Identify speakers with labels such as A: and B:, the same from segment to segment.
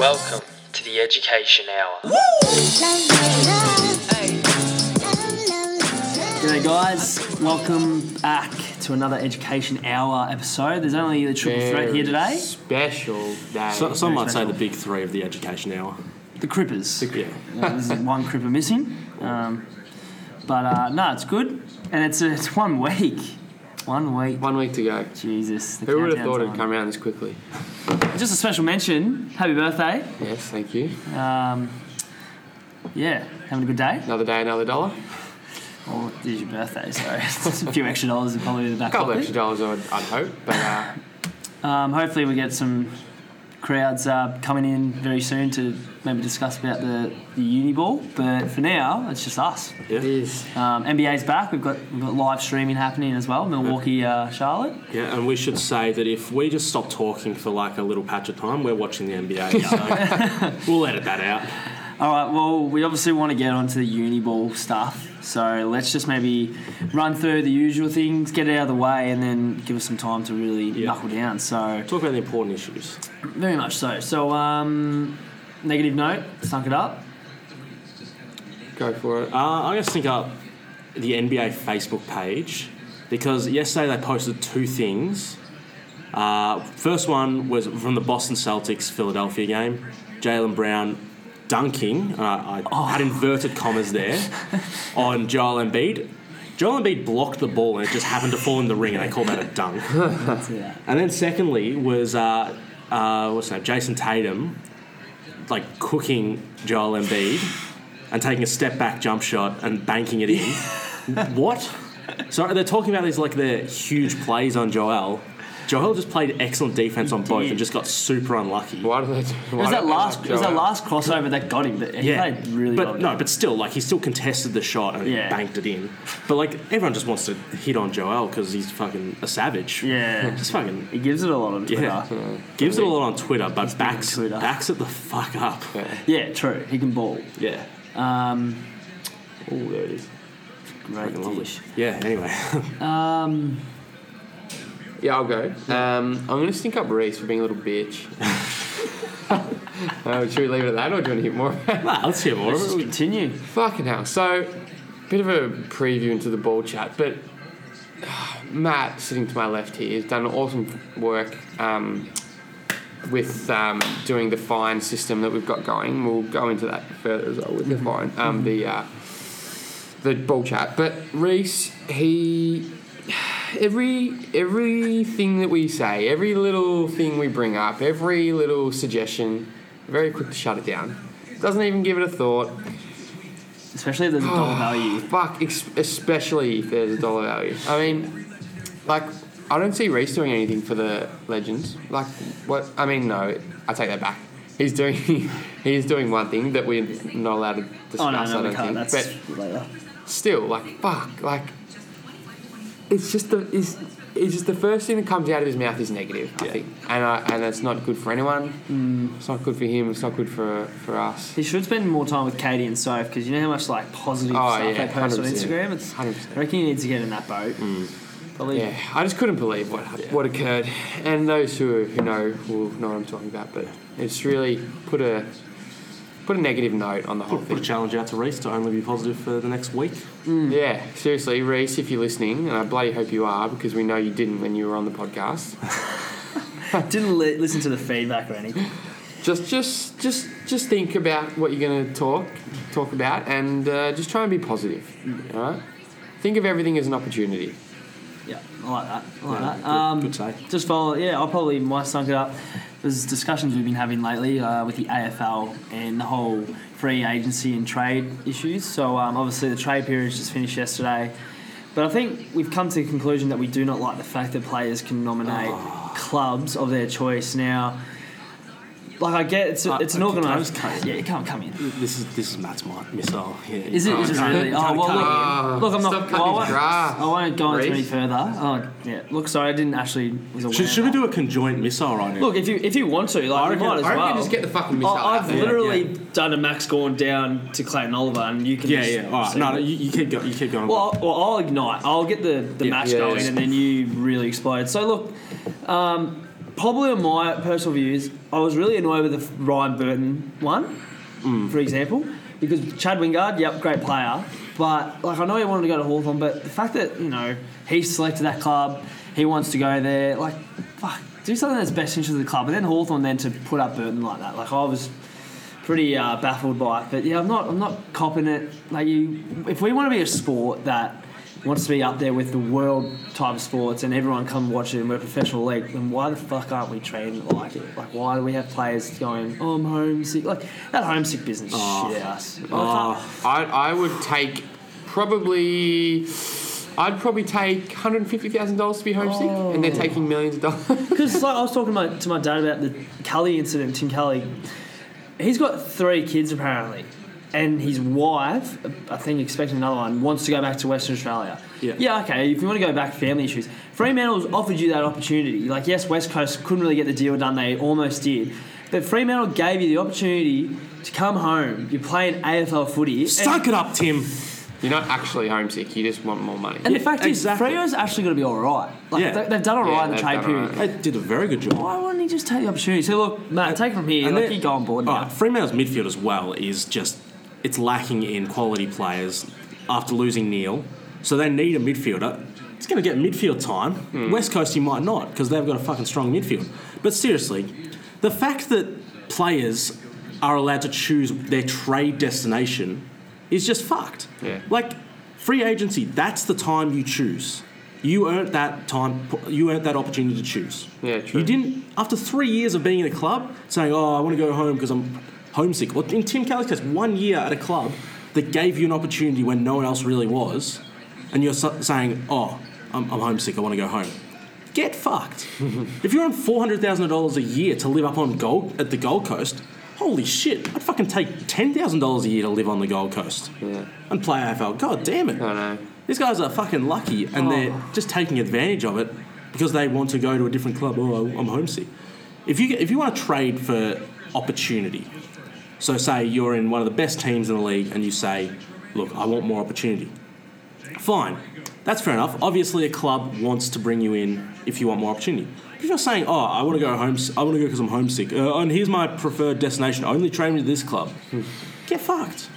A: Welcome to the Education Hour.
B: G'day guys, welcome back to another Education Hour episode. There's only the triple threat here today.
C: Special day.
D: So, some might say the big three of the education hour.
B: The Crippers.
D: Yeah.
B: Uh, There's one Cripper missing. Um, but uh, no, it's good. And it's, uh, it's one week. One week.
C: One week to go.
B: Jesus. the
C: Who would have
B: countdown's
C: thought
B: on.
C: it'd come around this quickly?
B: Just a special mention. Happy birthday.
C: Yes, thank you.
B: Um, yeah, having a good day.
C: Another day, another dollar.
B: Oh, it is your birthday, so it's a few extra dollars are probably in the
C: A
B: back
C: couple
B: pocket.
C: extra dollars, I'd, I'd hope. But uh,
B: Um, hopefully, we get some crowds uh, coming in very soon to maybe discuss about the, the uni ball. But for now, it's just us.
C: it is.
B: Um, NBA's back. We've got we've got live streaming happening as well. Milwaukee, uh, Charlotte.
D: Yeah, and we should say that if we just stop talking for like a little patch of time, we're watching the NBA. So we'll edit that out.
B: All right. Well, we obviously want to get onto the uni ball stuff. So let's just maybe run through the usual things, get it out of the way, and then give us some time to really
D: Yeah.
B: knuckle down. So
D: Talk about the important issues.
B: very much so. So um, negative note, sunk it up.
C: Go for it.
D: Uh, I just think up the NBA Facebook page because yesterday they posted two things. Uh, first one was from the Boston Celtics Philadelphia game. Jalen Brown dunking. Uh, I had inverted commas there on Joel Embiid. Joel Embiid blocked the ball and it just happened to fall in the ring, and they call that a dunk.
B: That's it.
D: And then secondly was uh, uh, what's his name? Jason Tatum, like cooking Joel Embiid and taking a step back jump shot and banking it in. what? So they're talking about these like their huge plays on Joel. Joel just played excellent defense on both
B: did.
D: and just got super unlucky.
C: Why do they do why
B: It was
C: do
B: that
C: they
B: last?
C: like
B: It was that
C: Joel?
B: last crossover that got him? But he
D: Yeah,
B: played really
D: but
B: well.
D: no, but still, like he still contested the shot and
B: Yeah.
D: he banked it in. But like everyone just wants to hit on Joel because he's fucking a savage.
B: Yeah.
D: just fucking
B: he gives it a lot on Twitter.
D: Yeah.
B: Yeah,
D: Gives it a lot on Twitter, but backs
B: Twitter.
D: backs it the fuck up.
C: Yeah.
B: true. He can ball.
D: Yeah.
B: Um,
D: Oh, there it is.
B: great dish.
D: Yeah. Anyway,
B: Um,
C: Yeah, I'll go. Um, I'm going to stink up Reese for being a little bitch. oh, should we leave it at that or do you want to hear more?
D: nah, let's hear more.
B: let's just
D: of it.
B: continue.
C: Fucking hell. So, bit of a preview into the ball chat, but Matt, sitting to my left here, has done awesome work um, with um, doing the fine system that we've got going. We'll go into that further as well with the fine, um, the uh, the ball chat. But Reese, he every everything that we say, every little thing we bring up, every little suggestion, very quick to shut it down. Doesn't even give it a thought.
B: Especially if there's a dollar value.
C: Fuck, ex- especially if there's a dollar value. I mean, like, I don't see Reese doing anything for the Legends. Like, what? I mean, no, I take that back. He's doing he's doing one thing that we're not allowed to discuss.
B: Oh no,
C: I
B: no, we
C: don't
B: can't.
C: think.
B: That's later.
C: But still, like, fuck, like, it's just the is. It's just the first thing that comes out of his mouth is negative, I
D: Yeah.
C: think, and I, and that's not good for anyone.
B: Mm.
C: It's not good for him. It's not good for for us.
B: He should spend more time with Katie and Soph because you know how much like positive
C: Oh,
B: stuff
C: yeah,
B: they post on
C: 100%.
B: Instagram. It's, I
C: 100%.
B: reckon you need to get in that boat. Probably.
C: Yeah, I just couldn't believe what hap- what occurred, and those who who know will know what I'm talking about. But it's really put a put a negative note on the whole
D: Put, put a
C: thing.
D: challenge out to Reese to only be positive for the next week.
C: Yeah, seriously, Reese, if you're listening, and I bloody hope you are, because we know you didn't when you were on the podcast.
B: Didn't li- listen to the feedback or anything.
C: just just just just think about what you're going to talk talk about, and uh, just try and be positive. All right, think of everything as an opportunity.
B: Yeah, I like that. I like
D: Yeah,
B: that.
D: good-
B: um,
D: good say.
B: Just follow. Yeah, I'll probably my sunk it up. There's discussions we've been having lately uh, with the AFL and the whole free agency and trade issues. So um, obviously the trade period just finished yesterday, but I think we've come to the conclusion that we do not like the fact that players can nominate
D: Ah.
B: clubs of their choice now. Like I get it's
D: Uh,
B: it's an
D: uh, can I
B: organised.
D: just cut in?
B: Yeah, you can't come in.
D: This is this is Matt's mi- missile. Yeah.
B: Is it?
D: You
B: is it
D: can't-
B: really?
D: you
B: Oh,
D: can't
B: well,
D: cut
B: look,
D: it.
C: Ah,
B: look, I'm not. well,
C: stop
B: I
C: cutting
B: won't-
C: drafts.
B: I won't go into any
C: Reece.
B: further. Oh, yeah. Look, sorry, I didn't actually. Was aware
D: should, should we
B: of that.
D: do a conjoint missile right now?
B: Look, if you if you want to, like,
D: reckon-
B: you might as
C: I reckon
B: well.
C: just get the fucking missile.
B: I,
C: out
B: I've
C: there.
B: literally
D: yeah.
B: done a Max Gorn down to Clayton Oliver, and you can.
D: yeah,
B: just
D: yeah. All right.
B: see
D: No,
B: what-
D: no you, you keep going. You keep going.
B: well, I'll, well, I'll ignite. I'll get the, the
D: Yeah.
B: match
C: Yeah,
B: going,
C: yeah.
B: and then you really explode. So look, um, probably on my personal views, I was really annoyed with the Ryan Burton one,
D: Mm.
B: for example, because Chad Wingard, yep, great player, but like I know he wanted to go to Hawthorn, but the fact that you know he selected that club, he wants to go there, like fuck, do something that's best interest of the club, and then Hawthorn then to put up Burton like that, like I was. Pretty uh, baffled by it, but yeah, I'm not. I'm not copping it. Like you, if we want to be a sport that wants to be up there with the world type of sports and everyone come watch it and we're a professional league, then why the fuck aren't we trained like it? Like, why do we have players going, oh, I'm homesick? Like, that homesick business
D: Oh.
B: shit us.
D: Oh.
C: I, I would take probably. I'd probably take $150,000 to be homesick, and they're taking millions of dollars.
B: Because like I was talking my, to my dad about the Cully incident, Tim Cully. He's got three kids apparently, and his wife, I think expecting another one, wants to go back to Western Australia.
D: Yeah.
B: Yeah. Okay. If you want to go back, family issues. Fremantle's offered you that opportunity. Like yes, West Coast couldn't really get the deal done. They almost did, but Fremantle gave you the opportunity to come home. You're playing AFL footy. and-
D: Suck it up, Tim.
C: You're not actually homesick, you just want more money.
B: And,
D: Yeah,
B: the fact
D: exactly.
B: is, Freo's actually going to be all right. Like,
D: Yeah.
B: they, have done all right
C: Yeah,
B: in the
C: they've
B: trade
C: done all
B: period.
C: right.
D: They did a very good job.
B: Why wouldn't he just take the opportunity? So look, Matt, take it from here. like
D: then-
B: you go on board now.
D: Alright, Fremantle's midfield as well is just it's lacking in quality players after losing Neil, so they need a midfielder. It's going to get midfield time.
C: Hmm.
D: West Coast, you might not because they've got a fucking strong midfield. But seriously, the fact that players are allowed to choose their trade destination is just fucked.
C: Yeah.
D: Like free agency, that's the time you choose. You earned that time. You earned that opportunity to choose.
C: Yeah, true.
D: You didn't after three years of being in a club saying, "Oh, I want to go home because I'm homesick." Well, in Tim Kelly's case, one year at a club that gave you an opportunity when no one else really was, and you're su- saying, "Oh, I'm, I'm homesick. I want to go home." Get fucked. if you're on four hundred thousand dollars a year to live up on Gold at the Gold Coast, holy shit! I'd fucking take ten thousand dollars a year to live on the Gold Coast
C: Yeah.
D: and play AFL. God damn it!
C: I know. Oh.
D: These guys are fucking lucky and they're just taking advantage of it because they want to go to a different club. Oh, I'm homesick. If you, if you want to trade for opportunity, so say you're in one of the best teams in the league and you say, look, I want more opportunity. Fine, that's fair enough. Obviously, a club wants to bring you in if you want more opportunity. But if you're saying, oh, I want to go home, I want to go because I'm homesick, uh, and here's my preferred destination, only train me to this club, get fucked.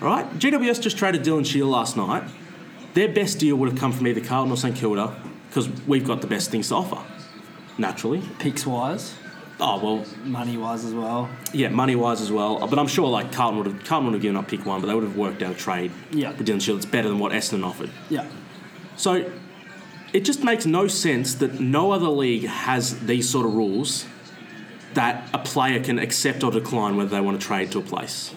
D: Right? GWS just traded Dylan Shear last night. Their best deal would have come from either Carlton or St Kilda because we've got the best things to offer, naturally.
B: Picks wise,
D: Oh, well,
B: money wise as well.
D: yeah, money wise as well. But I'm sure like Carlton would have, Carlton would have given up pick one, but they would have worked out a trade
B: Yeah.
D: with Dylan Shear that's better than what Essendon offered.
B: Yeah.
D: So it just makes no sense that no other league has these sort of rules that a player can accept or decline whether they want to trade to a place.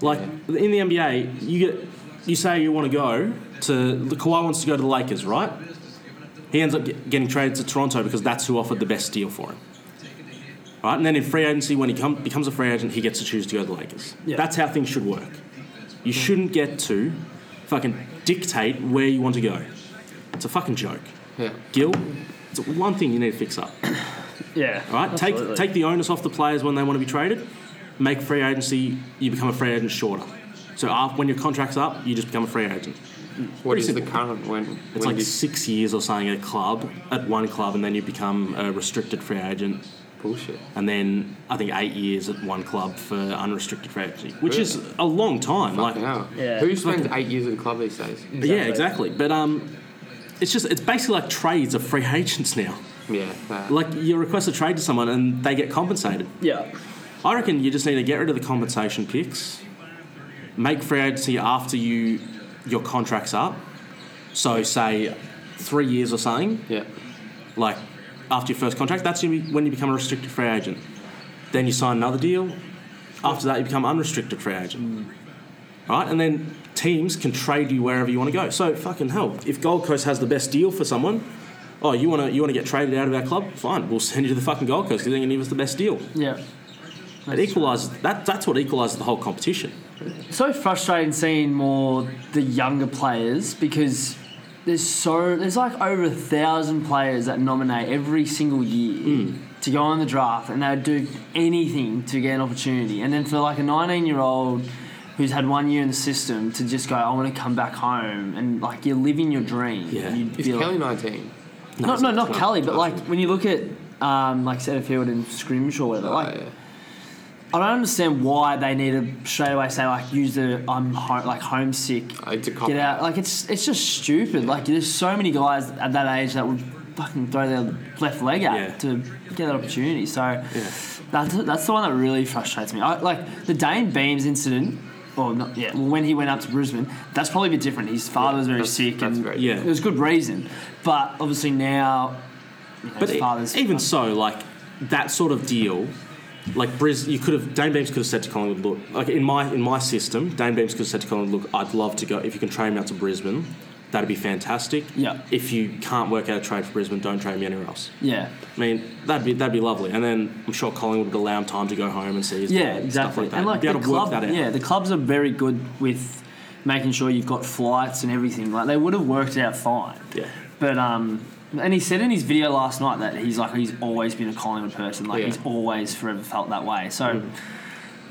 D: Like in the NBA, you get you say you want to go to the Kawhi wants to go to the Lakers, right? He ends up get- getting traded to Toronto because that's who offered the best deal for him. Right, and then in free agency, when he come, becomes a free agent, he gets to choose to go to the Lakers.
B: Yeah.
D: That's how things should work. You shouldn't get to fucking dictate where you want to go. It's a fucking joke.
C: Yeah.
D: Gil, it's one thing you need to fix up.
B: Yeah.
D: All right, take take the onus off the players when they want to be traded. Make free agency. You become a free agent shorter. So after, when your contract's up, you just become a free agent.
C: What
D: Pretty
C: is the
D: simple.
C: current when?
D: It's
C: when
D: like
C: did-
D: six years or something at a club, at one club, and then you become a restricted free agent,
C: bullshit.
D: and then I think eight years at one club for unrestricted free agency, which is a long time. Like,
C: You know.
B: Yeah.
C: Who spends eight years at a club these days?
D: yeah, exactly. But um, it's just it's basically like trades of free agents now.
C: Yeah. nah.
D: Like you request a trade to someone and they get compensated.
B: Yeah.
D: I reckon you just need to get rid of the compensation picks, make free agency after you your contract's up. So say three years or something,
C: yeah.
D: like after your first contract, that's when you- when you become a restricted free agent. Then you sign another deal. After that, you become unrestricted free agent. All right, and then teams can trade you wherever you want to go. So fucking hell, if Gold Coast has the best deal for someone, oh you want to you want to get traded out of our club? Fine, we'll send you to the fucking Gold Coast because they're going to give us the best deal.
B: Yeah.
D: It equalises that. That's what equalises the whole competition.
B: so frustrating seeing more the younger players because there's so there's like over a thousand players that nominate every single year
D: Hmm.
B: to go on the draft and they would do anything to get an opportunity and then for like a 19 year old who's had one year in the system to just go I want to come back home and like you're living your dream
D: Yeah.
B: You'd
C: Is
B: be like-
C: Kelly nineteen?
B: No, no, not Kelly, but like when you look at um, like centre field and scrimmage or whatever.
C: Oh,
B: like
C: yeah.
B: I don't understand why they need to straight away say like use the I'm ho- like homesick.
C: Oh, it's a cop
B: Get out! Like it's it's just stupid. Like there's so many guys at that age that would fucking throw their left leg out
D: Yeah.
B: to get that opportunity. So that's that's the one that really frustrates me. I, like the Dane Beams incident, or not, yeah, well, when he went up to Brisbane, that's probably a bit different. His father was very
C: that's-
B: sick,
C: that's
B: and
C: very
D: Yeah.
B: it was good reason. But obviously now, you know,
D: But
B: his
D: e-
B: father's um,
D: even so, like that sort of deal, like Briz, you could have Dane Beams could have said to Collingwood, look, like in my in my system, Dane Beams could have said to Collingwood, look, I'd love to go if you can train me out to Brisbane, that'd be fantastic.
B: Yeah.
D: If you can't work out a trade for Brisbane, don't train me anywhere else.
B: yeah,
D: I mean, that'd be that'd be lovely. And then I'm sure Collingwood would allow him time to go home and see his
B: yeah,
D: dad and
B: exactly.
D: stuff like that.
B: and like
D: be
B: the
D: able to work
B: club,
D: that out.
B: yeah, the clubs are very good with making sure you've got flights and everything. Like they would have worked it out fine.
D: Yeah.
B: But um, and he said in his video last night that he's like he's always been a Collingwood person. Like
C: Yeah.
B: he's always forever felt that way. So
D: Mm.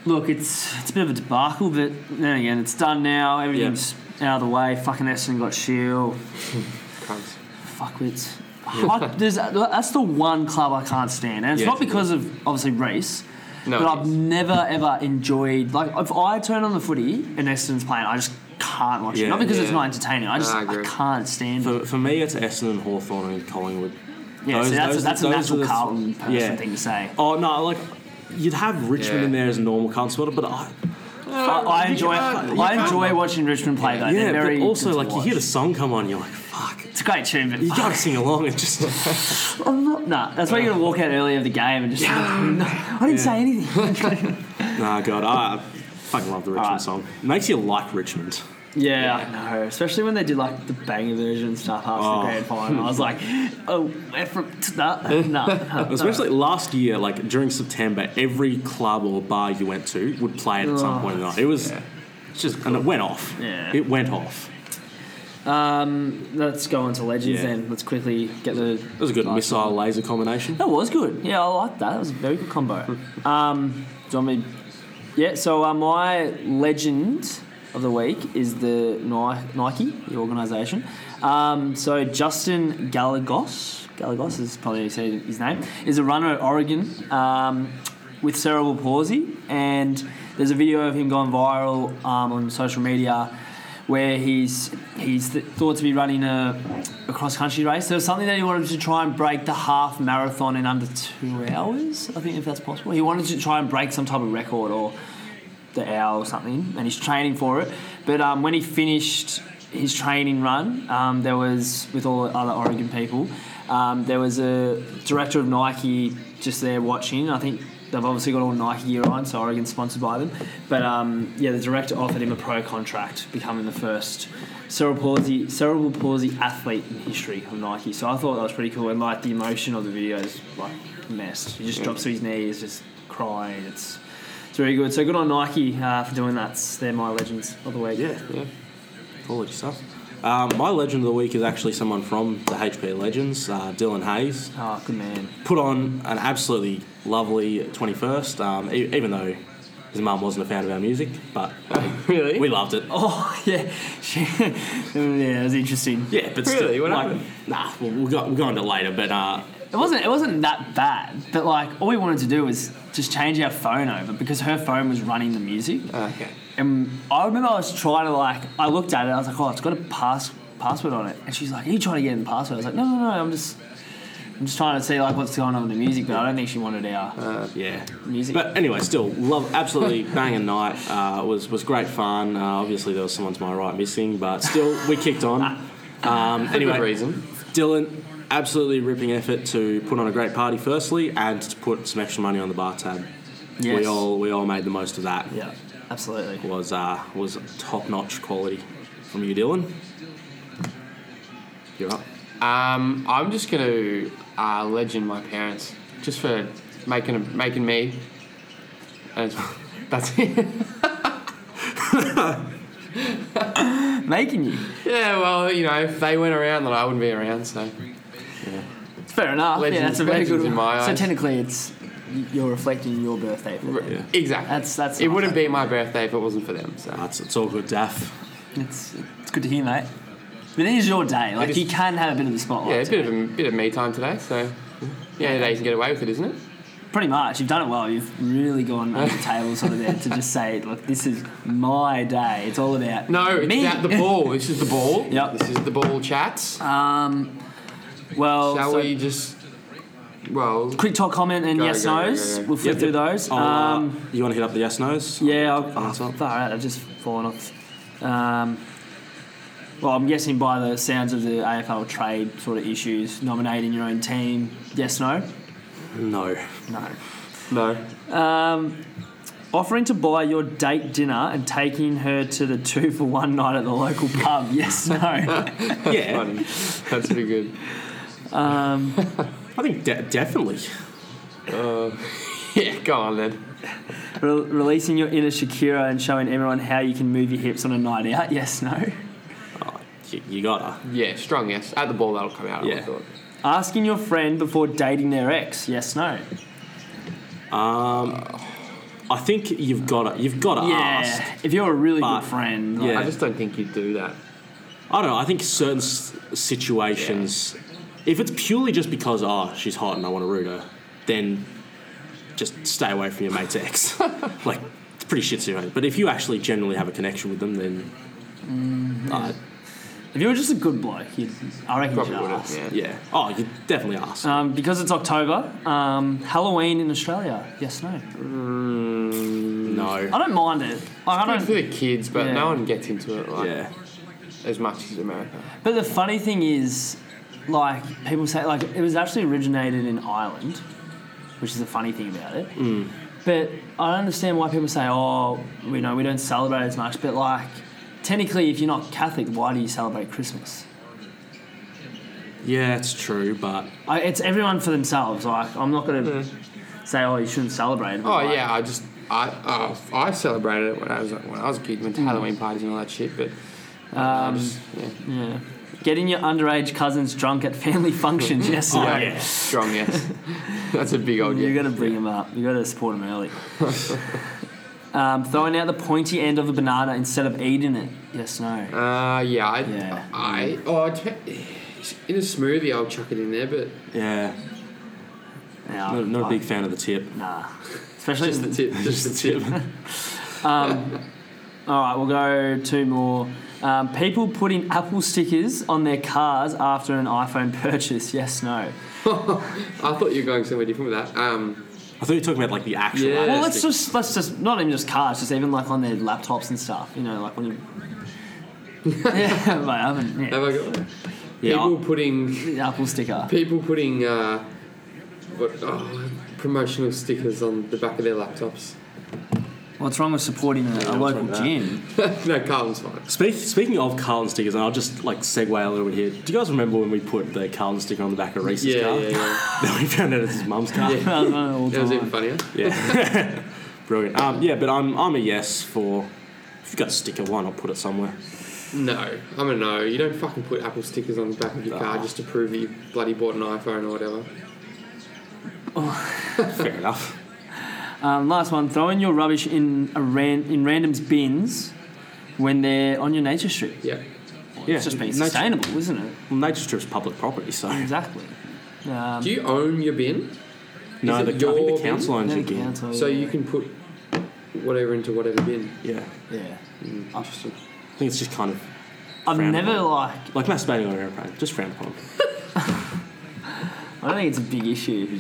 B: look, it's it's a bit of a debacle, but then again, it's done now. Everything's out of the way. Fucking Essendon got Shield.
C: cunts.
B: Fuckwits. I, there's, that's the one club I can't stand, and it's
C: Yeah,
B: not
C: it's a good-
B: because of obviously race.
C: No,
B: but
C: it
B: I've
C: is.
B: never ever enjoyed like if I turn on the footy and Essendon's playing, I just can't watch it.
D: Yeah,
B: Not because it's
C: yeah.
B: not entertaining. I just
C: I
B: I,
C: agree.
B: can't stand it.
D: For, for me, it's Essendon, Hawthorn, and Collingwood.
B: Yeah, so
D: Those-
B: that's,
D: those-
B: that's a
D: those are
B: natural
D: the-
B: Carlton person
D: yeah.
B: thing to say.
D: Oh no, like you'd have Richmond
C: Yeah.
D: in there as a normal card supporter, but Uh,
B: I,
D: I,
B: I
C: you
B: enjoy
C: can't- you
B: I
C: can't-
B: enjoy watching Richmond play though.
D: yeah,
B: They're very
D: but also
B: good to
D: like you
B: watch.
D: hear the song come on, you're like, fuck,
B: it's a great tune, but
D: you gotta sing along. It just
B: I'm not. Nah, that's why you're gonna walk out early of the game and just. No, I didn't say anything.
D: nah, God, I fucking love the Richmond
B: Alright.
D: song. Makes you like Richmond.
B: Yeah, I know. Especially when they did like the banger version and stuff after
D: Oh.
B: the grand final. I was like, oh, we're from nah, nah, nah.
D: Especially last year, like during September, every club or bar you went to would play it at some
B: Oh,
D: point in the night. It was
C: yeah.
D: it's just and it went off.
B: Yeah.
D: It went off.
B: Um, let's go on to legends
D: Yeah.
B: then. Let's quickly get the.
D: It was a good missile laser combination.
B: That was good. Yeah, I liked that. That was a very good combo. um, do you want me? Yeah. So uh, my legend of the week is the Ni- Nike, the organisation. Um, so Justin Galagos, Galagos is probably how you say his name, is a runner at Oregon um, with cerebral palsy, and there's a video of him going viral um, on social media where he's he's th- thought to be running a, a cross country race. There was something that he wanted to try and break the half marathon in under two hours. I think if that's possible, he wanted to try and break some type of record or the hour or something, and he's training for it. But um, when he finished his training run, um, there was with all the other Oregon people, um, there was a director of Nike just there watching. I think they've obviously got all Nike gear on, so Oregon's sponsored by them. But um, yeah, the director offered him a pro contract, becoming the first cerebral palsy cerebral palsy athlete in history of Nike. So I thought that was pretty cool, and like the emotion of the video is like messed. He just drops to his knees, just crying. It's it's very good. So good on Nike uh, for doing that. They're my legends of the week.
D: Yeah.
C: Yeah.
D: All good stuff. Um, my legend of the week is actually someone from the HP Legends, uh, Dylan Hayes.
B: Oh, good man.
D: put on an absolutely lovely 21st, um, e- even though his mum wasn't a fan of our music, but
C: Really?
D: we loved it.
B: Oh, yeah. She- yeah, it was interesting.
D: Yeah, but
C: Really?
D: still,
C: What
D: like,
C: happened?
D: nah, we'll, we'll, go, we'll go into it later, but uh,
B: It wasn't, it wasn't that bad, but like all we wanted to do was just change our phone over because her phone was running the music.
C: Ah, Okay.
B: And I remember I was trying to like, I looked at it, I was like, oh, it's got a pass password on it, and she's like, are you trying to get in the password? I was like, no, no, no, I'm just, I'm just trying to see like what's going on with the music, but I don't think she wanted our
C: Ah.
D: yeah.
B: music.
D: But anyway, still, love, absolutely banging night. Uh, was, was great fun. Uh, obviously, there was someone to my right missing, but still, we kicked on. Um,
C: Anyway,
D: anyway,
C: reason.
D: Dylan, absolutely ripping effort to put on a great party, firstly, and to put some extra money on the bar tab.
B: Yes.
D: We all we all made the most of that.
B: yeah, absolutely.
D: was uh, was top notch quality from you, Dylan. You're up.
C: Um, I'm just gonna uh, legend my parents just for making making me. And it's- that's it.
B: Making you.
C: yeah, well, you know, if they went around, then I wouldn't be around. So
B: Fair enough.
C: Legends-
B: yeah, that's a very
C: legends
B: good
C: in
B: one.
C: my
B: So
C: eyes.
B: technically, it's you're reflecting your birthday. For them.
D: Yeah.
C: exactly.
B: That's- that's
C: It
B: nice.
C: wouldn't be my birthday if it wasn't for them. So
D: That's it's all good, Daff.
B: It's it's good to hear, mate. But it is your day. Like
C: is-
B: you can have a bit of the spotlight.
C: yeah, it's a
B: too.
C: bit of a bit of me time today. So Yeah, they can get away with it, isn't it?
B: Pretty much, you've done it well. You've really gone under the table sort of there to just say, look, this is my day. It's all about
C: No, it's
B: me.
C: about the ball. This is the ball.
B: Yep.
C: This is the ball chats.
B: Um, well,
C: Shall
B: Oh, so
C: we just? Well,
B: quick talk comment and
C: Go,
B: yes
C: go, go, go,
B: nos.
C: go.
B: We'll flip
D: Yep,
B: through
D: yep.
B: those.
D: Oh, uh,
B: um,
D: you want to hit up the yes nos?
B: Yeah, I'll, oh,
D: Answer.
B: all right, I've just fallen off. Um, well, I'm guessing by the sounds of the AFL trade sort of issues, nominating your own team, yes, no?
D: No.
B: No.
C: no.
B: Um, offering to buy your date dinner and taking her to the two for one night at the local pub, yes, no?
D: yeah,
C: Funny. That's pretty good.
B: Um,
D: I think de- definitely.
C: Uh, yeah, go on then.
B: re- releasing your inner Shakira and showing everyone how you can move your hips on a night out, yes, no?
D: Oh, you, you gotta.
C: Yeah, strong yes. At the ball, that'll come out. I
D: Yeah.
C: thought.
B: Asking your friend before dating their ex, yes, no?
D: Um, I think you've gotta. You've gotta ask.
B: Yeah, if you're a really
D: But-
B: good friend, like,
D: Yeah.
C: I just don't think you'd do that.
D: I don't know. I think certain s- situations, if it's purely just because oh she's hot and I want to root her, then just stay away from your mate's ex. like it's pretty shit serious. But if you actually generally have a connection with them, then uh,
B: If you were just a good bloke, you'd, I reckon
C: Probably
B: you'd
C: wouldn't.
B: ask.
C: Yeah.
D: yeah. Oh, you definitely ask.
B: Um, because it's October, um, Halloween in Australia. Yes, no.
C: Hmm.
D: no.
B: I don't mind it. Like, I
C: Good for
B: don't.
C: the kids, but
B: Yeah.
C: no one gets into it like
D: Yeah.
C: as much as America.
B: But the funny thing is, like people say, like it was actually originated in Ireland, which is the funny thing about it.
C: Hmm.
B: But I don't understand why people say, oh, you know, we don't celebrate as much. But like, technically, if you're not Catholic, why do you celebrate Christmas?
D: Yeah, it's true, but
B: I, it's everyone for themselves. Like, I'm not gonna say, oh, you shouldn't celebrate. but,
C: Hmm. Oh
B: like,
C: yeah, I just I oh, I celebrated it when I was like, when I was a kid, went to Halloween parties and all that shit. But I
B: Um,
C: just, yeah,
B: Yeah. Getting your underage cousins drunk at family functions. Yes,
D: Oh,
B: no.
D: yeah.
C: strong yes. That's a big old
B: You
C: yes.
B: got to bring them up. You got to support them early. um, throwing out the pointy end of a banana instead of eating it. Yes, no.
C: Uh, yeah, I,
B: Yeah.
C: I oh, it dep- in a smoothie I'll chuck it in there, but
D: yeah,
B: No,
D: not, not a
B: like,
D: big fan of the tip.
B: Nah. Especially.
C: just the tip, just the tip.
B: all right, we'll go two more. Um, people putting Apple stickers on their cars after an iPhone purchase. Yes, no.
C: I thought you were going somewhere different with that. Um,
D: I thought you were talking about like the actual.
C: Yeah.
B: Well,
D: Apple
B: let's
D: stick.
B: just let's just not even just cars, just even like on their laptops and stuff. You know, like when you. yeah, but I haven't. yeah.
C: have I got
D: Yeah,
C: people
D: I-
C: putting
B: The Apple sticker.
C: people putting uh, what, oh, promotional stickers on the back of their laptops?
B: What's wrong with supporting a, a
D: what's
B: local
D: wrong with that?
B: gym?
C: no, Carlton's fine.
D: Speak, speaking of Carlton stickers, and I'll just like segue a little bit here. Do you guys remember when we put the Carlton sticker on the back of Reese's
C: Yeah,
D: car?
C: yeah, yeah.
D: Then we found out it's his mum's car.
C: Yeah.
B: That was one of the all
C: That was even
B: time.
C: funnier.
D: Yeah. Brilliant. Um, yeah, but I'm, I'm a yes for. If you've got a sticker, why not put it somewhere?
C: No, I'm a no. You don't fucking put Apple stickers on the back of your car
D: Nah.
C: just to prove that you bloody bought an iPhone or whatever.
D: Fair enough.
B: Um, last one. Throwing your rubbish in a ran, in random's bins when they're on your nature strip.
C: Yeah.
D: yeah,
B: It's just being
D: nature-
B: sustainable, isn't it?
D: Well, nature strip's public property, so.
B: Exactly. Um,
C: Do you own your bin?
D: No,
C: it
D: the, I think
C: your
D: the council owns your bin.
C: So you can put whatever into whatever bin.
D: Yeah.
B: Yeah. I've,
D: I think it's just kind of.
B: I've
D: Frowned
B: never like.
D: Like masturbating on an airplane, just frowned upon.
B: I don't think it's a big issue.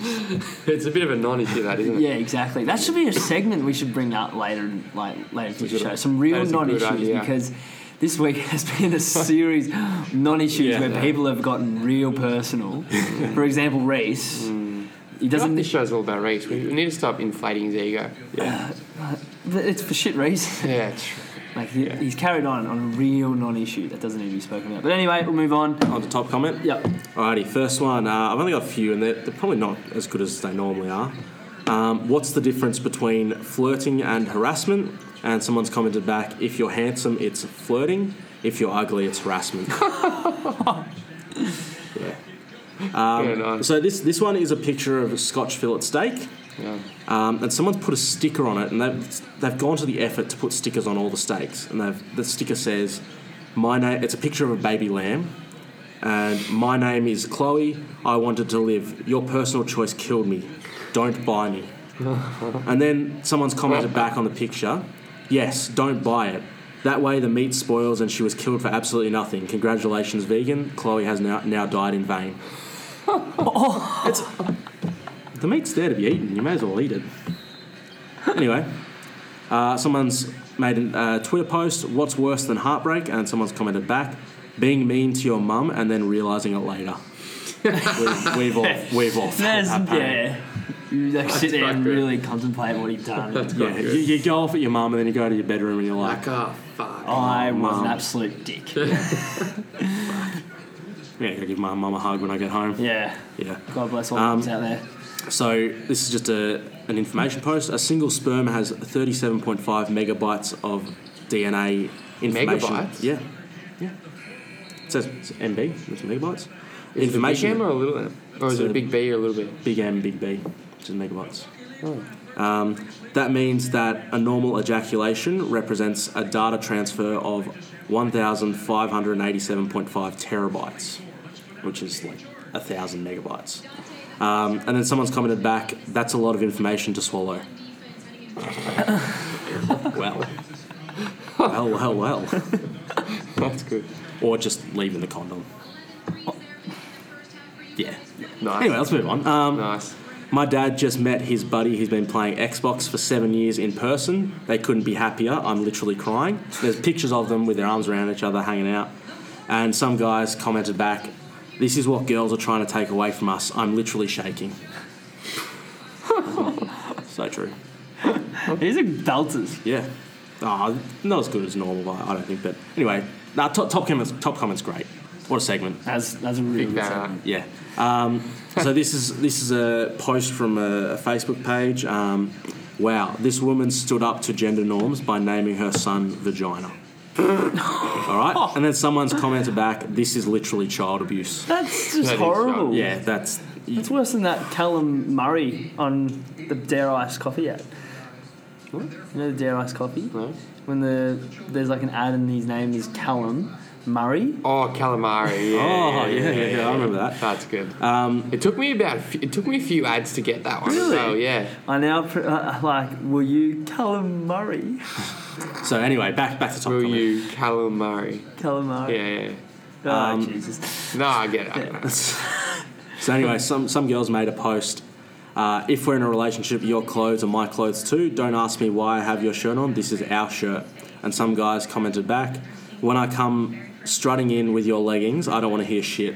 C: It's a bit of a non-issue, that isn't it?
B: Yeah, exactly. That should be a segment we should bring up later, in- like later to the
C: Good-
B: show. Some
C: that
B: real
C: is a good
B: non-issues
C: idea.
B: because this week has been a series of non-issues
D: Yeah.
B: where
D: Yeah.
B: people have gotten real personal. For example, Reese.
C: Hmm.
B: He doesn't.
C: This show's all about race. We we need to stop inflating his ego.
D: Yeah.
B: It's for shit reason.
C: Yeah, tr-
B: Like he, he's carried on on a real non-issue that doesn't need to be spoken about. But anyway, we'll move on.
D: on to top comment.
B: Yep.
D: Alrighty, first one. Uh, I've only got a few, and they're, they're probably not as good as they normally are. Um, what's the difference between flirting and harassment? And someone's commented back: if you're handsome, it's flirting; if you're ugly, it's harassment. yeah.
C: yeah, no.
D: Um, So this this one is a picture of a Scotch fillet steak,
C: Yeah.
D: um, and someone's put a sticker on it, and they've they've gone to the effort to put stickers on all the steaks, and they've the sticker says, "My name." It's a picture of a baby lamb, And my name is Chloe. I wanted to live. Your personal choice killed me. Don't buy me. and then someone's commented back on the picture. Yes, don't buy it. That way the meat spoils and she was killed for absolutely nothing. Congratulations, vegan. Chloe has now, now died in vain. It's- the meat's there to be eaten. You may as well eat it. Anyway, uh, someone's made a uh, Twitter post, What's worse than heartbreak? And someone's commented back, Being mean to your mum and then realising it later. we've, we've all, we've all felt
B: That's,
D: that pain.
B: yeah. You like sit there
C: quite
B: and
C: good.
B: really contemplate what he'd done.
D: Yeah, you, you go off at your mum and then you go to your bedroom and you're like,
C: Like, oh, fuck.
B: I was
D: Mum.
B: an absolute dick.
D: yeah, I gotta give my mum a hug when I get home.
B: Yeah.
D: Yeah.
B: God bless all the
D: Um,
B: mums out there.
D: So this is just a, an information post. A single sperm has 37.5 megabytes of DNA information.
C: Megabytes?
D: Yeah. Yeah. It says it's MB, it's
C: Is
D: megabytes.
C: it a big
D: information.
C: M or a little M? Or is
D: It's
C: it a
D: a-
C: big B or a little B?
D: big M, big B, which is megabytes.
C: Oh.
D: Um, that means that a normal ejaculation represents a data transfer of 1,587.5 terabytes, which is like 1,000 megabytes. Um, and then someone's commented back, that's a lot of information to swallow. well. Well, well, well.
C: That's good. Oh.
D: Or just leaving the condom. Yeah.
C: Nice.
D: Anyway, let's move on. Um,
C: Nice.
D: my dad just met his buddy who's been playing Xbox for seven years in person. They couldn't be happier. I'm literally crying. There's pictures of them with their arms around each other hanging out. And some guys commented back, This is what girls are trying to take away from us. I'm literally shaking. so true.
B: These are belters.
D: Yeah. Ah, not as good as normal, I I don't think. But anyway, nah, top, top, comments, top comments great. What a segment.
B: That's, that's a really
C: Big
B: good
C: banner.
B: segment.
D: Yeah. Um, so this is this is a post from a, a Facebook page. Um, wow, this woman stood up to gender norms by naming her son vagina. All right, and then someone's commented back, "This is literally child abuse."
B: That's just
C: That is, uh,
B: horrible.
D: Yeah, that's
B: It's worse than that Callum Murray on the Dare Ice coffee ad. You know the Dare Ice coffee?
C: No?
B: When the there's like an ad and his name is Callum Murray.
C: Oh, calamari. Yeah,
D: Oh, yeah, yeah, yeah, I remember that.
C: That's good.
D: um,
C: it took me about. a few- It took me a few ads to get that one. as
B: Really?
C: well, yeah.
B: I now pr- uh, like, will you Callum Murray?
D: so. Anyway, back back to top
C: Will
D: comment.
C: you calamari?
B: Callum
C: Yeah,
B: Murray.
C: yeah.
B: Oh
D: Um,
B: Jesus.
C: yeah. No, I get it. I get it.
D: So anyway, some some girls made a post. Uh, if we're in a relationship, your clothes are my clothes too. Don't ask me why I have your shirt on. This is our shirt. And some guys commented back, "When I come strutting in with your leggings, I don't want to hear shit.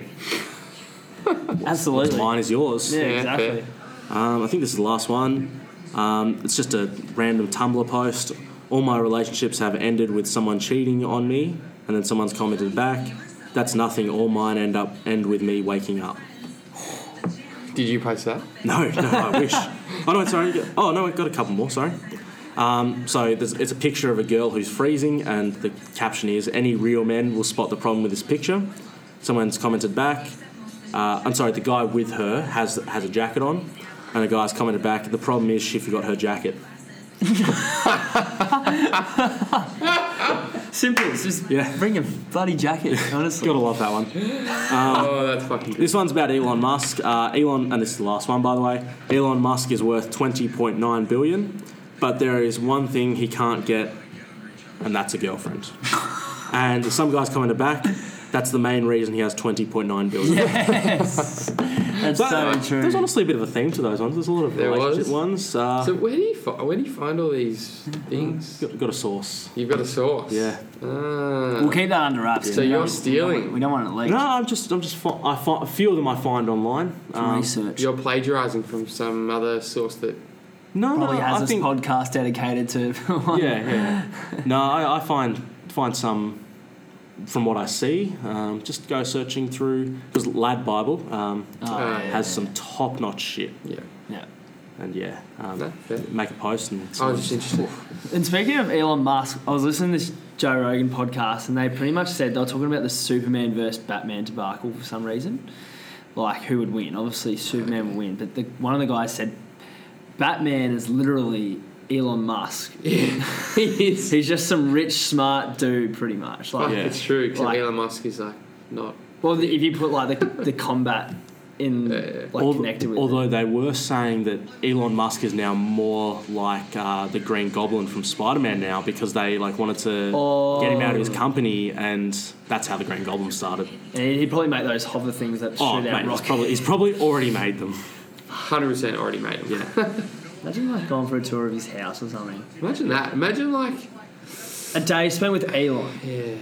B: Absolutely.
D: Mine is yours."
B: Yeah,
C: Yeah,
B: exactly.
D: Um, I think this is the last one. Um, it's just a random Tumblr post. All my relationships have ended with someone cheating on me, and then someone's commented back, "That's nothing. All mine end up end with me waking up."
C: Did you post that?
D: No, no, I wish. Oh no, sorry. Oh no, I've got a couple more. Sorry. Um, so there's, it's a picture of a girl who's freezing, and the caption is, "Any real men will spot the problem with this picture." Someone's commented back. Uh, I'm sorry, the guy with her has has a jacket on, and the guy's commented back. The problem is she forgot her jacket.
B: Simple. It's just
D: Yeah.
B: bring a bloody jacket, honestly.
D: Gotta love that one.
C: oh, that's fucking good.
D: This one's about Elon Musk. Uh, Elon, and this is the last one, by the way. Elon Musk is worth 20.9 billion, but there is one thing he can't get, and that's a girlfriend. and some guys commented back. That's the main reason he has 20.9 billion.
B: Yes. That's so,
D: But, uh,
B: true.
D: There's honestly a bit of a theme to those ones. There's a lot of
C: There
D: relationship
C: was.
D: ones. Uh,
C: So where do you fi- where do you find all these things?
D: got, got a source.
C: You've got a source.
D: Yeah.
C: Ah.
B: We'll keep that under wraps. 'cause
C: So
B: we
C: you're
B: don't-
C: stealing.
B: We don't want it leaked.
D: No, I'm just, I'm just, fi- I find, a few of them I find online.
B: From
D: Um,
B: research.
C: You're plagiarising from some other source that.
D: no, no,
B: Probably has
D: I
B: this
D: think, Uh,
B: podcast dedicated to. Oh,
D: yeah, yeah. No, I, I find find some from what I see. Um, just go searching through because Lad Bible um,
B: Oh,
C: Uh,
B: yeah.
D: has some top notch shit,
C: Yeah.
B: Yeah.
D: and yeah,
C: No,
D: um,
C: fair.
D: make a post and
C: I was just interested.
B: And speaking of Elon Musk, I was listening to this Joe Rogan podcast, and they pretty much said they were talking about the Superman versus Batman debacle for some reason. Like, who would win? Obviously, Superman would win, but the, one of the guys said Batman is literally Elon Musk.
C: he is.
B: He's just some rich, smart dude, pretty much. Like,
C: Fuck,
D: Yeah.
C: It's true. Except
B: Like-
C: Elon Musk is like not
B: Well, if you put like the, the combat in
C: Yeah, yeah.
B: like
D: Al-
B: connected with,
D: although they were saying that Elon Musk is now more like uh, the Green Goblin from Spider-Man now because they like wanted to get him out of his
B: Oh.
D: company, and that's how the Green Goblin started.
B: it. and he'd probably make those hover things that
D: Oh,
B: shoot
D: mate,
B: out
D: he's
B: rockets.
D: probably he's probably already made them.
C: Hundred percent already made them.
D: Yeah,
B: Imagine like going for a tour of his house or something.
C: Imagine that. Imagine like
B: A day spent with Elon.
C: yeah.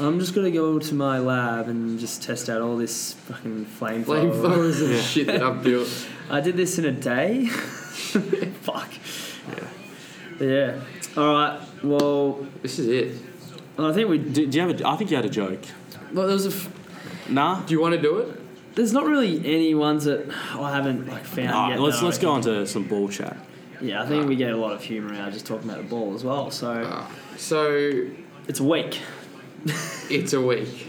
B: I'm just gonna go to my lab and just test out all this fucking flame.
C: flamethrowers and shit that I've built.
B: I did this in a day. Fuck. Yeah. Yeah. All right. Well,
C: This is it.
B: I think we.
D: do, do you have? A, I think you had a joke.
B: Well, there was a. F-
D: Nah.
C: Do you want to do it?
B: there's not really any ones that I haven't like found
D: Nah,
B: yet.
D: let's
B: that I
D: let's go on to some ball chat.
B: Yeah, I think we get a lot of humour out of just talking about the ball as well. So
C: Ah, so
B: it's weak.
C: it's a week.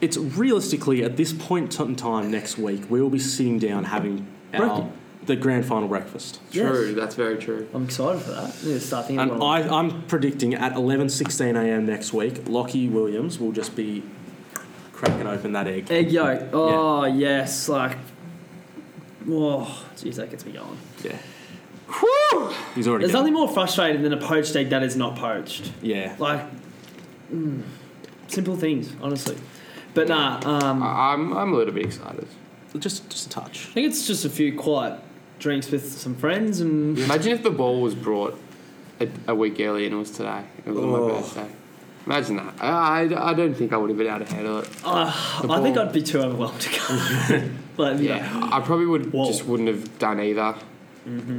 D: It's realistically at this point in time next week we will be sitting down having our,
B: Breakfast.
D: the grand final breakfast.
C: True.
B: Yes.
C: That's very true.
B: I'm excited for that. I need to start thinking
D: And
B: about
D: I, I'm predicting at 11.16 a.m. next week, Lockie Williams will just be cracking open that egg.
B: egg yolk. Oh yes, like. Whoa, jeez, that gets me going.
D: Yeah. He's already
B: There's
D: done.
B: nothing more frustrating than a poached egg that is not poached.
D: Yeah.
B: Like, mm, simple things, honestly. But nah, um, I
C: I- I'm I'm a little bit excited.
D: Just, just a touch.
B: think it's just a few quiet drinks with some friends and
C: Imagine if the ball was brought a, a week earlier and it was today. It was on
D: Oh.
C: my birthday. Imagine that. I, I, I don't think I would have been able to handle it.
B: uh,
C: The
B: I think
C: ball.
B: I'd be too overwhelmed to go. like,
C: Yeah,
B: yeah.
C: I probably would
B: Whoa.
C: just wouldn't have done either.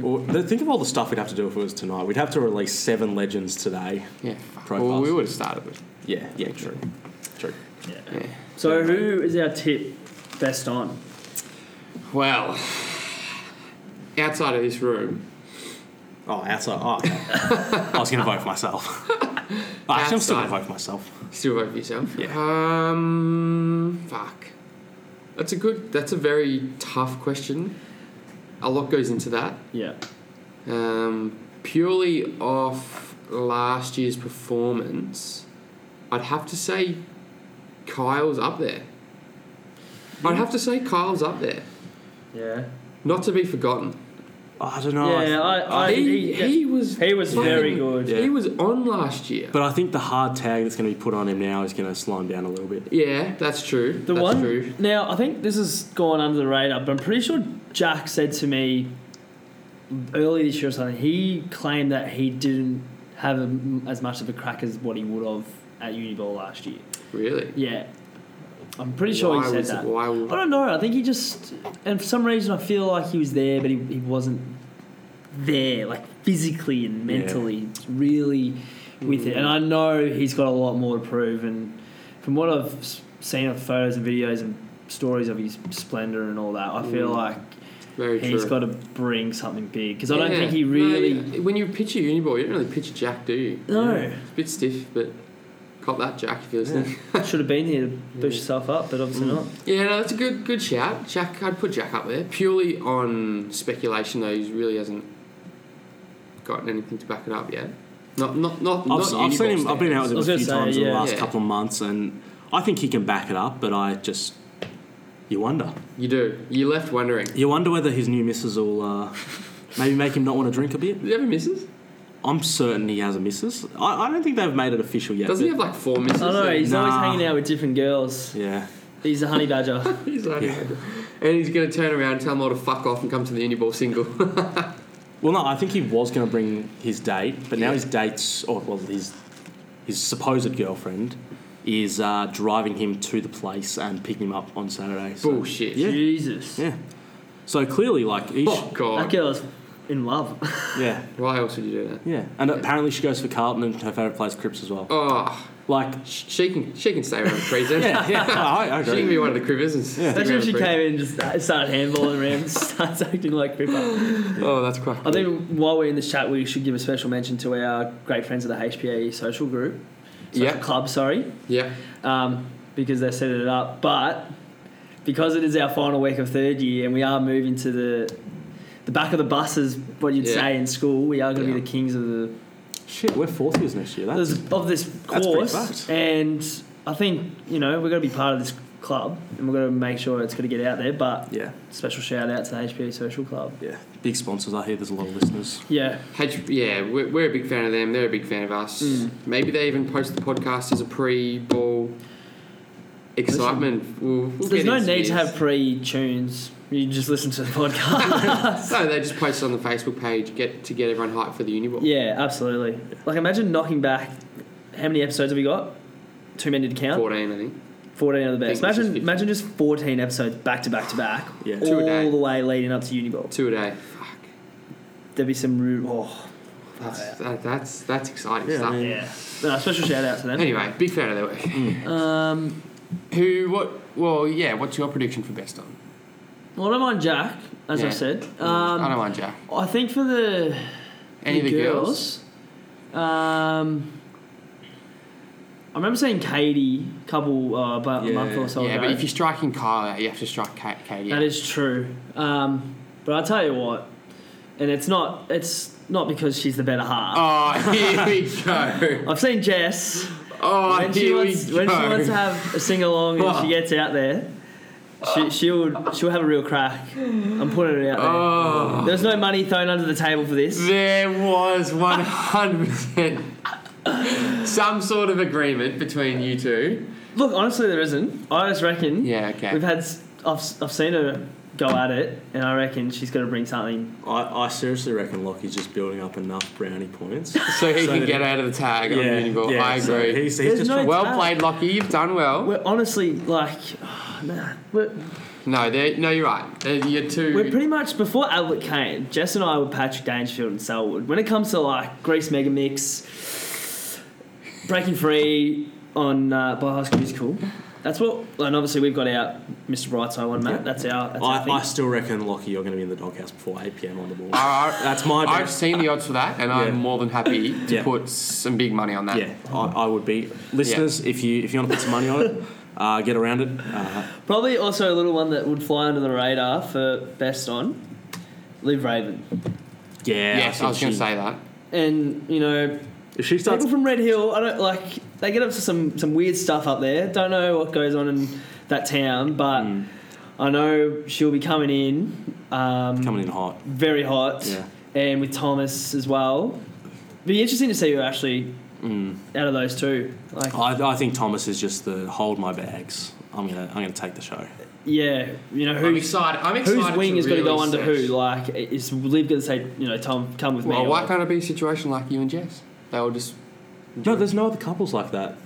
D: Or, th- think of all the stuff we'd have to do if it was tonight. We'd have to release seven legends today.
C: Yeah, fuck.
D: Pro
C: well,
D: pass.
C: we would have started with.
D: Yeah, yeah, true. True.
B: yeah.
C: Yeah.
B: So who is our tip best on?
C: Well, outside of this room,
D: Oh, outside. Oh, okay. I was going to vote for myself. Oh, Actually, I'm still going to
C: Outside.
D: vote for myself.
C: still vote for yourself.
D: Yeah.
C: Um, fuck. That's a good. That's a very tough question. A lot goes into that.
B: Yeah.
C: Um, purely off last year's performance, I'd have to say Kyle's up there. I'd have to say Kyle's up there.
B: Yeah.
C: Not to be forgotten.
D: Oh, I don't know. I
B: yeah,
D: th-
B: I, I,
C: he, he, was
B: he was very good.
C: He was on last year.
D: but I think the hard tag that's going to be put on him now is going to slow him down a little bit.
C: yeah, that's true.
B: The
C: that's
B: one
C: true.
B: now, I think this has gone under the radar, but I'm pretty sure Jack said to me early this year or something. He claimed that he didn't have a, as much of a crack as what he would have at Uniball last year.
C: Really.
B: Yeah, I'm pretty sure
C: why
B: he said
C: was,
B: that.
C: Why would,
B: I don't know. I think he just, and for some reason, I feel like he was there, but he, he wasn't there, like physically and
D: Yeah.
B: mentally, really with it. And I know he's got a lot more to prove. And from what I've s- seen of photos and videos and stories of his splendor and all that, I feel
C: Mm.
B: like
C: very
B: he's
C: true.
B: got to bring something big because I don't
C: Yeah.
B: think he
C: No,
B: really.
C: yeah. when you picture Uniball, you don't really picture Jack, do you?
B: No.
C: It's a bit stiff, but cop that, Jack, if you're listening.
B: Should have been here to boost yourself up, but obviously
D: Mm.
B: not.
C: Yeah, no, that's a good good shout. Jack, I'd put Jack up there purely on speculation though. He really hasn't gotten anything to back it up yet. Not not not.
D: I've,
C: not
D: s- I've seen him.
C: Uniball
D: I've been out
B: I
D: with
B: was
D: him
B: gonna
D: a few
B: say,
D: times in the
B: yeah.
D: last
C: Yeah.
D: couple of months, and I think he can back it up. But I just, you wonder.
C: standards. You do. You left wondering.
D: You wonder whether his new missus will uh, maybe make him not want to drink a bit.
C: Does he ever misses?
D: I'm certain he has a missus. I, I don't think they've made it official yet.
C: Doesn't he
D: but-
C: have like four misses?
B: I know he's always
D: Nah.
B: hanging out with different girls.
D: Yeah.
B: He's a honey badger.
C: He's like,
D: Yeah.
C: and he's gonna turn around and tell them all to fuck off and come to the Uniball single.
D: Well, no, I think he was going to bring his date, but now
C: Yeah.
D: his date's, or well, his his supposed girlfriend is uh, driving him to the place and picking him up on Saturday. So,
C: Bullshit.
D: Yeah.
B: Jesus.
D: Yeah. So clearly, like, he
C: Oh
D: sh-
C: god.
B: That girl's in love.
D: yeah,
C: Why else would you do that?
D: yeah, and apparently she goes for Carlton and her favourite place Crips as well.
C: Oh,
D: Like,
C: sh- she can she can stay around the crease. then.
D: yeah, yeah, I, I
C: She can
D: agree.
C: be one of the cribbers and stick
B: Imagine
C: around
B: if she
C: the crease.
B: came in and just started handballing around and starts acting like Cripper.
C: Oh, that's quite.
B: I think while we're in the chat, we should give a special mention to our great friends of the HPA social group. Social
C: Yeah.
B: Club, sorry.
C: Yeah.
B: Um, because they set it up. But because it is our final week of third year and we are moving to the the back of the bus is what you'd
C: Yeah.
B: say in school, we are going to
C: Yeah.
B: be the kings of the
D: Shit, we're fourth years next year. That's
B: of this
D: pretty
B: course.
D: fucked.
B: And I think you know we're going to be part of this club, and we're going to make sure it's going to get out there. But
D: Yeah,
B: special shout out to the HPA Social Club.
D: yeah. Big sponsors. I hear there's a lot of listeners.
B: Yeah,
C: H- yeah, we're, we're a big fan of them. They're a big fan of us.
B: Mm.
C: Maybe they even post the podcast as a pre-ball excitement. We'll, we'll
B: there's
C: get
B: no
C: into
B: need to
C: this.
B: have pre tunes. You just listen to the podcast.
C: No, they just post it on the Facebook page get to get everyone hyped for the Uniball.
B: yeah, absolutely. Like imagine knocking back. How many episodes have we got? Too many to count.
C: Fourteen, I think.
B: 14 of the best.
C: I think this is
B: Imagine,
C: 50.
B: imagine just 14 episodes back to back to back,
D: Yeah.
B: all
C: Two a day.
B: the way leading up to Uniball.
C: Two a day. Fuck.
B: There'd be some rude. Oh,
C: That's that, that's that's exciting
D: Yeah, I
C: stuff.
D: mean-
B: yeah. No, special shout out to them.
C: Anyway, big fan of their work.
B: Mm. Um,
C: Who? What? Well, yeah. What's your prediction for best on?
B: well, I don't mind Jack, as
C: Yeah. Mm.
B: I said.
C: I don't
B: Um,
C: mind Jack.
B: I think for the,
C: Any of the girls?
B: um, I remember seeing Katie a couple uh, about a
D: Yeah.
B: month or so
C: yeah,
B: ago.
C: but if you're striking Kyle out, you have to strike Ka- Katie.
B: That
C: out.
B: is true. Um, but I'll tell you what, and it's not it's not because she's the better half.
C: Oh, here we go.
B: I've seen Jess.
C: Oh,
B: when she
C: here
B: wants,
C: we go. Oh.
B: when she wants to have a sing along and she gets out there, she, she'll she'll have a real crack. I'm putting it out there.
C: Oh.
B: There's no money thrown under the table for this.
C: There was 100% some sort of agreement between you two.
B: Look, honestly, there isn't. I just reckon
C: Yeah, okay.
B: we've had. s- I've, s- I've seen her go at it, and I reckon she's going to bring something.
D: I, I seriously reckon Lockie's just building up enough brownie points.
C: So he
D: So
C: can
D: that-
C: get out of the tag on Uniball. I
D: so
C: agree.
D: he's, he's
B: There's
D: just
B: no-
C: well
B: tag.
C: played, Lockie. You've done well.
B: We're honestly like, oh, man, we're,
C: No, there- no, you're right. There- You're two.
B: we're pretty much before Albert came. Jess and I were Patrick Dansfield and Selwood. When it comes to like Grease Mega Mix, Breaking Free on uh, by High School Musical, that's what. And obviously we've got our Mr. Brightside one, Matt. That's our. That's our
D: I,
B: thing.
D: I still reckon Lockie, you're going to be in the doghouse before 8 p.m. on the ball.
C: I-
D: That's my
C: I've
D: bet.
C: seen the odds for that, and I'm
D: Yeah.
C: more than happy to
D: Yeah.
C: put some big money on that.
D: Yeah, I, I would be. Listeners, if you if you want to put some money on it, uh, get around it. Uh,
B: Probably also a little one that would fly under the radar for best on, Liv Raven.
D: yeah.
C: Yes, I,
D: think
C: was going to
D: she-
C: say that.
B: And you know,
D: If she starts
B: people from Red Hill, I don't like. They get up to some some weird stuff up there. Don't know what goes on in that town, but
C: Hmm.
B: I know she'll be coming in, um,
D: coming in hot,
B: very hot,
D: Yeah.
B: and with Thomas as well. Be interesting to see who actually
C: Hmm.
B: out of those two. Like,
C: Oh.
D: I, I think Thomas is just the hold my bags. I'm gonna I'm gonna take the show.
B: yeah, you know
C: I'm
B: who.
C: excited. I'm excited.
B: Whose wing
C: to
B: is going to go
C: really
B: under
C: search.
B: who? Like, is Liv going to say, you know, Tom, come with me?
C: Well,
B: or-
C: why can't it be a situation like you and Jess? They were just
D: No, there's no other couples like that.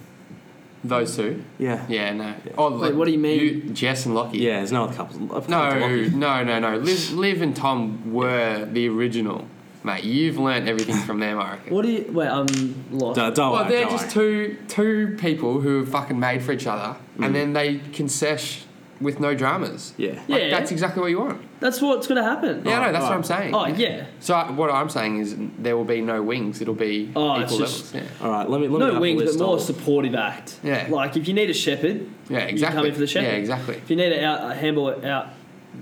C: those two.
D: Yeah, yeah.
C: Yeah, no. Oh,
B: Wait,
C: look,
B: what do you mean?
C: Jess and Lockie.
D: there's no other couples. I've
C: No,
D: come to Lockie.
C: no, no, no. Liv, Liv and Tom were the original, mate. You've learnt everything from them, I reckon.
B: What do you? Wait, I'm lost.
D: Don't- don't
C: Well,
D: worry,
C: they're
D: don't
C: just two
D: worry.
C: two people who are fucking made for each other,
B: Mm.
C: and then they can sesh with no dramas.
D: Yeah.
B: Yeah.
C: Like, that's exactly what you want.
B: That's what's going to happen.
C: Yeah, no, that's what
D: right.
C: I'm saying.
B: Oh yeah.
C: So I, what I'm saying is there will be no wings. It'll be
B: Oh, it's
C: equal
B: just-
C: levels. Yeah.
D: All right, let me let me
B: No
D: have a
B: wings,
D: list
B: but more
D: of-
B: supportive act.
C: Yeah.
B: Like if you need a shepherd,
C: yeah,
B: you come
C: exactly.
B: in for the shepherd.
C: yeah, exactly.
B: If you need a, out, a handball out,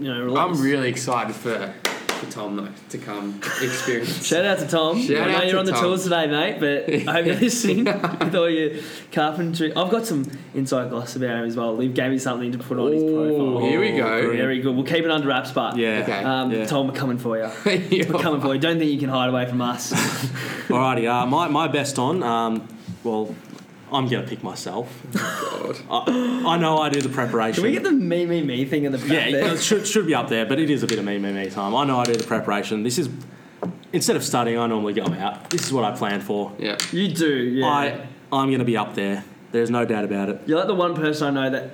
B: you know. Release.
C: I'm really excited for, for Tom though to come experience.
B: Shout out to Tom.
C: Shout
B: I know
C: out
B: you're
C: to
B: on the
C: Tom.
B: tools today, mate. But I hope you're listening with all your carpentry. I've got some inside gossip about him as well. He gave me something to put on his
C: Oh,
B: profile.
C: here we
D: Oh,
C: go.
D: great.
B: Very good. We'll keep it under wraps, but
D: Yeah.
C: Okay.
B: Um,
D: Yeah.
B: Tom, we're coming for you. We're coming for you. Don't think you can hide away from us.
D: Alrighty, uh, my, my best on. Um, well, I'm gonna pick myself.
C: God.
D: I, I know I do the preparation.
B: Can we get the me me me thing in the back
D: yeah,
B: there?
D: it should, should be up there, but it is a bit of me me me time. I know I do the preparation. This is instead of studying, I normally go out. This is what I plan for.
C: Yeah.
B: You do, yeah.
D: I I'm gonna be up there. There's no doubt about it.
B: You're like the one person I know that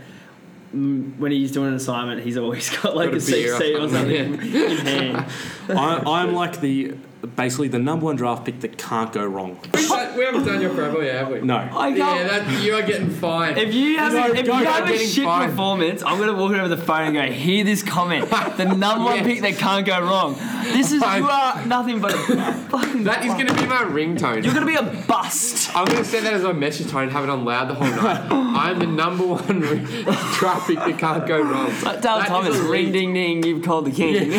B: mm, when he's doing an assignment, he's always got like
C: Got a
B: a
C: beer or
B: CC or something
C: something,
B: in hand.
D: I, I'm like the basically the number one draft pick that can't go wrong.
C: We haven't done your promo yet, have we?
D: No.
B: I
C: Yeah, that, you are getting fined.
B: if you have,
C: No,
B: a, if you
C: don't,
B: have
C: I'm
B: a
C: getting
B: shit
C: fined.
B: performance, I'm gonna walk over the phone and go, "Hear this comment, the number one
C: Yes.
B: pick that can't go wrong. This is
C: I'm-
B: you are nothing but a fucking.
C: that is going to be my ringtone.
B: You're gonna be a bust."
C: I'm going to send that as my message tone and have it on loud the whole night. I'm the number one ring- traffic that can't go wrong.
B: Like Dale
C: That is
B: Thomas,
C: elite.
B: ring ding ding, you've called the king.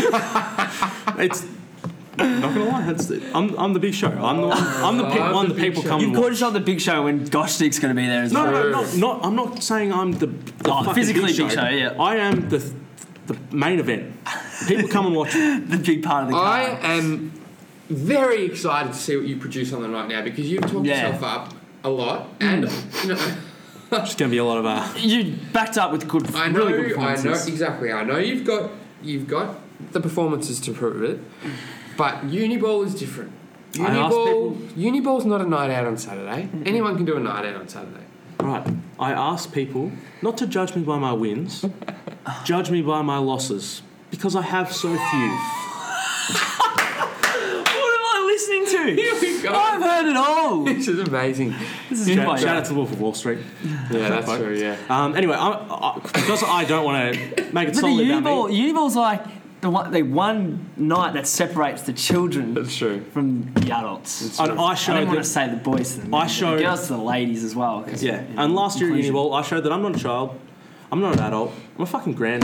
D: It's Not gonna lie, that's the, I'm, I'm the big show. I'm the one. I'm
B: Oh,
D: the pe-
C: I'm
D: one
C: the
D: the
C: big
D: people
C: show.
D: come.
B: You've
D: and watch.
B: called yourself the big show when Gosh Stick's going to be there as
D: No,
B: well.
D: no, no, not, not. I'm not saying I'm the, the
B: Oh,
D: fucking
B: physically
D: big show.
B: big show, yeah.
D: I am the the main event. People come and watch. it.
B: The big part of the
C: I
B: card.
C: am very excited to see what you produce on the night now because you've talked
B: Yeah.
C: yourself up a lot, and you know,
D: It's gonna be a lot of uh,
B: You backed up with good,
C: I know,
B: really good
C: I know
B: performances.
C: exactly. I know you've got you've got the performances to prove it, but Uniball is different.
D: I asked
C: Uniball, Uniball's not a night out on Saturday. Anyone can do a night out on Saturday.
D: Right. I ask people not to judge me by my wins, judge me by my losses, because I have so few.
B: What am I listening to?
C: Here we go.
B: I've heard it all.
C: Oh, This is amazing.
B: This is
D: Shout,
B: my
D: shout out to the Wolf of Wall Street.
C: Yeah, that's true. Yeah.
D: Um, anyway, I, I, because I don't want to make it
B: But the
D: solely about
B: U-ball,
D: me.
B: U-ball's like the one, the one night that separates the children
C: That's true.
B: from the adults.
D: And I
B: I
D: showed
B: don't want to
D: that,
B: say the boys to the men,
D: I
B: but
D: showed-
B: the girls to the ladies as well. 'cause,
D: yeah.
B: you know,
D: And last year at
B: inclusion.
D: Uniball, I showed that I'm not a child, I'm not an adult, I'm a fucking grand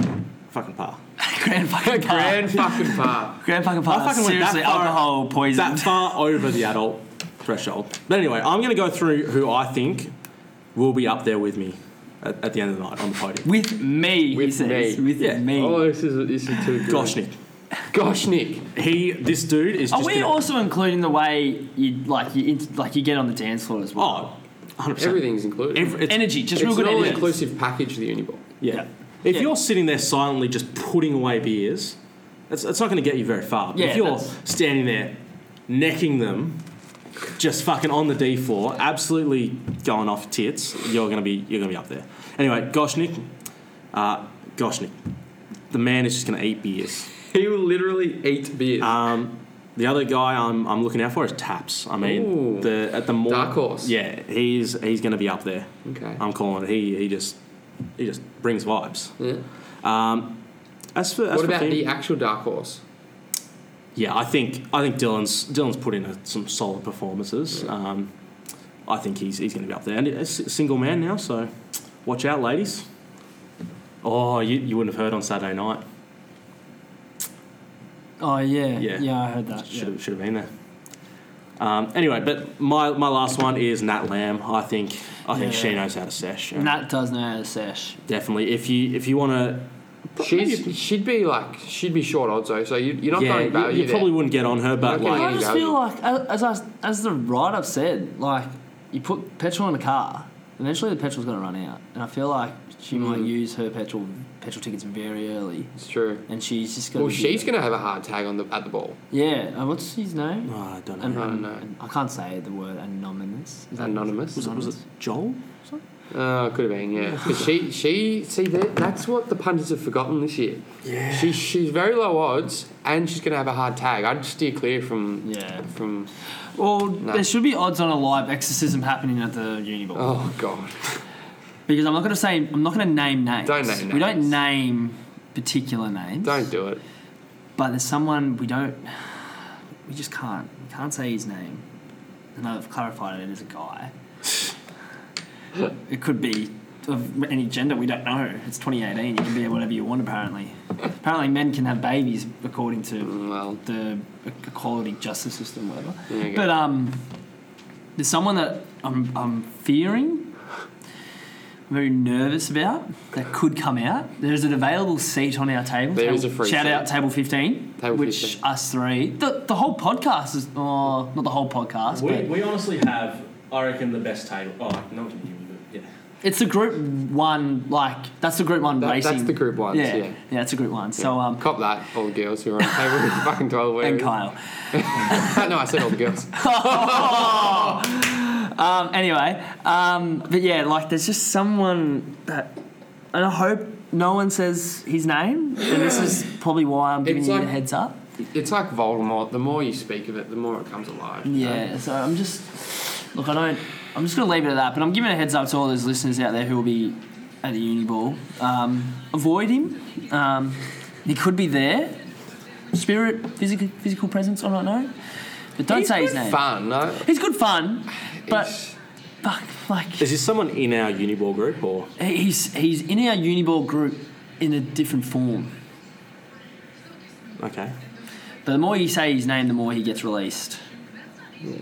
D: fucking par.
B: grand fucking par.
C: Grand fucking par.
B: Grand fucking par.
D: I fucking went that
B: Uh, Seriously,
D: far-
B: alcohol
D: That
B: poisoned.
D: far over the adult threshold. But anyway, I'm going to go through who I think will be up there with me at, at the end of the night on the podium.
B: with me, he
C: With
B: says.
C: me.
B: With
D: Yeah.
B: me.
C: Oh, this is this is too good.
D: Gosh, Nick.
C: Gosh, Nick.
D: He, this dude is
B: Are
D: just
B: we
D: gonna-
B: also including the way you like you int- like you get on the dance floor as well?
D: Oh, 100%.
C: Everything's included.
D: Every- it's-
B: energy, just
C: it's
B: real
C: an
B: good energy.
C: all-inclusive package. The Uniball.
D: Yeah. If
B: Yeah.
D: you're sitting there silently just putting away beers, that's, that's not going to get you very far. But
B: Yeah,
D: if you're
B: that's-
D: standing there necking them, just fucking on the D floor, absolutely going off tits, you're going to be you're going to be up there. Anyway, Goshnik, uh, Goshnik, the man is just going to eat beers.
C: He will literally eat beers.
D: Um, the other guy I'm, I'm looking out for is Taps. I mean,
C: Ooh.
D: the at the more
C: Dark horse.
D: Yeah, Um, he's he's going to be up there.
C: okay.
D: I'm calling it. He he just he just brings vibes.
C: yeah.
D: Um, as for as
C: What
D: for
C: about
D: fem-
C: the actual dark horse?
D: yeah, I think I think Dylan's Dylan's put in a, some solid performances. Um, I think he's he's going to be up there, and it's a single man now, so watch out, ladies. Oh, you, you wouldn't have heard on Saturday night.
B: Oh yeah,
D: Yeah.
B: yeah, I heard that.
D: Should have should have been there. Um, anyway, but my, my last one is Nat Lamb. I think I think she
B: Yeah.
D: knows how to sesh.
B: Yeah. Nat does know how to sesh.
D: Definitely, if you if you want to,
C: She's she'd be like she'd be short odds though, so you, you're not
D: yeah,
C: going
D: you,
C: value
D: you probably wouldn't get on her, but
C: Okay.
D: like
B: I
C: you
B: just
C: go.
B: feel like, a- as I, as the write-up said, like you put petrol in the car, eventually the petrol's going to run out, and I feel like
C: Mm.
B: she might use her petrol petrol tickets very early,
C: It's true.
B: and she's just going.
C: Well, she's gonna have a hard tag on the at the ball.
B: Yeah, uh, what's his name?
D: Oh, I don't know.
B: An-
C: I don't know.
B: an- I can't say the word anonymous. Is that
C: Anonymous?
D: was, it, was it Joel?
C: Uh, could have been, yeah. 'Cause she, she, see, that, that's what the pundits have forgotten this year. Yeah. She, she's very low odds, and she's gonna have a hard tag. I'd steer clear from,
B: Yeah.
C: from.
B: Well,
C: No.
B: there should be odds on a live exorcism happening at the uni ball.
C: Oh God.
B: Because I'm not going to say I'm not going to name names.
C: Don't name
B: We don't
C: names.
B: name particular names.
C: Don't do it.
B: But there's someone we don't. We just can't. We can't say his name. And I've clarified it as a guy. it could be of any gender. We don't know. It's 2018. You can be whatever you want. Apparently, apparently men can have babies according to
C: Well,
B: the equality justice system, whatever.
C: there you go.
B: But um, there's someone that I'm, I'm fearing, I'm very nervous about, that could come out. There's an available seat on our table.
C: There
B: table
C: is a free
B: Shout
C: seat.
B: out Table 15,
C: Table
B: which
C: 15.
B: us three, the, the whole podcast is, oh, not the whole podcast,
D: We,
B: but
D: we honestly have, I reckon, the best table. Oh, no one can hear me,
B: it's the group one, like, that's the group one
C: That-
B: racing.
C: that's the group ones.
B: Yeah,
C: Yeah.
B: yeah, that's a group one. So, um,
C: Cop that, all the girls who are on the table with fucking twelve.
B: and
C: whatever.
B: Kyle.
C: no, I said all the girls.
B: Um, anyway, um, but yeah, like there's just someone that, and I hope no one says his name. And this is probably why I'm giving
C: It's
B: you
C: like-
B: the heads up.
C: It's like Voldemort. The more you speak of it, the more it comes alive. you know?
B: Yeah, so I'm just look. I don't. I'm just gonna leave it at that. But I'm giving a heads up to all those listeners out there who will be at the uni ball. Um, avoid him. Um, he could be there. Spirit, physical, physical presence. I don't know. But don't say his
C: good
B: name.
C: Fun, no.
B: He's good fun, but
C: He's-
B: fuck, like
D: Is this someone in our Uniball group or?
B: He's he's in our Uniball group in a different form.
D: Okay.
B: But the more you say his name, the more he gets released.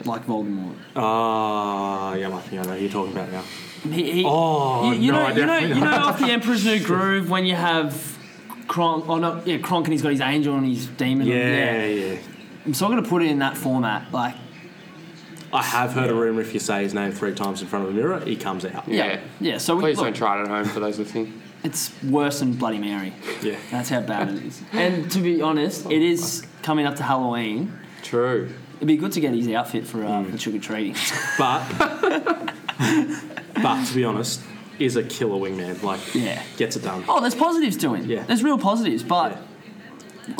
B: Like Voldemort.
D: Ah, yeah, I think I know who you're talking about now.
B: He, he,
D: Oh,
B: you, you
D: no,
B: know,
D: I
B: you know,
D: definitely
B: you know, off the Emperor's New Groove when you have Kronk, oh no, yeah, Kronk and he's got his angel and his demon.
D: Yeah, yeah.
B: I'm still gonna put it in that format. Like,
D: I have heard a rumor if you say his name three times in front of a mirror, he comes out.
C: Yeah.
B: yeah, yeah. So we,
C: Please
B: look,
C: don't try it at home for those listening.
B: it's worse than Bloody Mary.
D: Yeah.
B: That's how bad it is. And to be honest, it is coming up to Halloween.
C: True.
B: It'd be good to get his outfit for um,
D: Mm.
B: the trick or treating.
D: But, but to be honest, is a killer wingman. Like,
B: Yeah.
D: gets it done.
B: Oh, there's positives to him.
D: Yeah.
B: There's real positives, but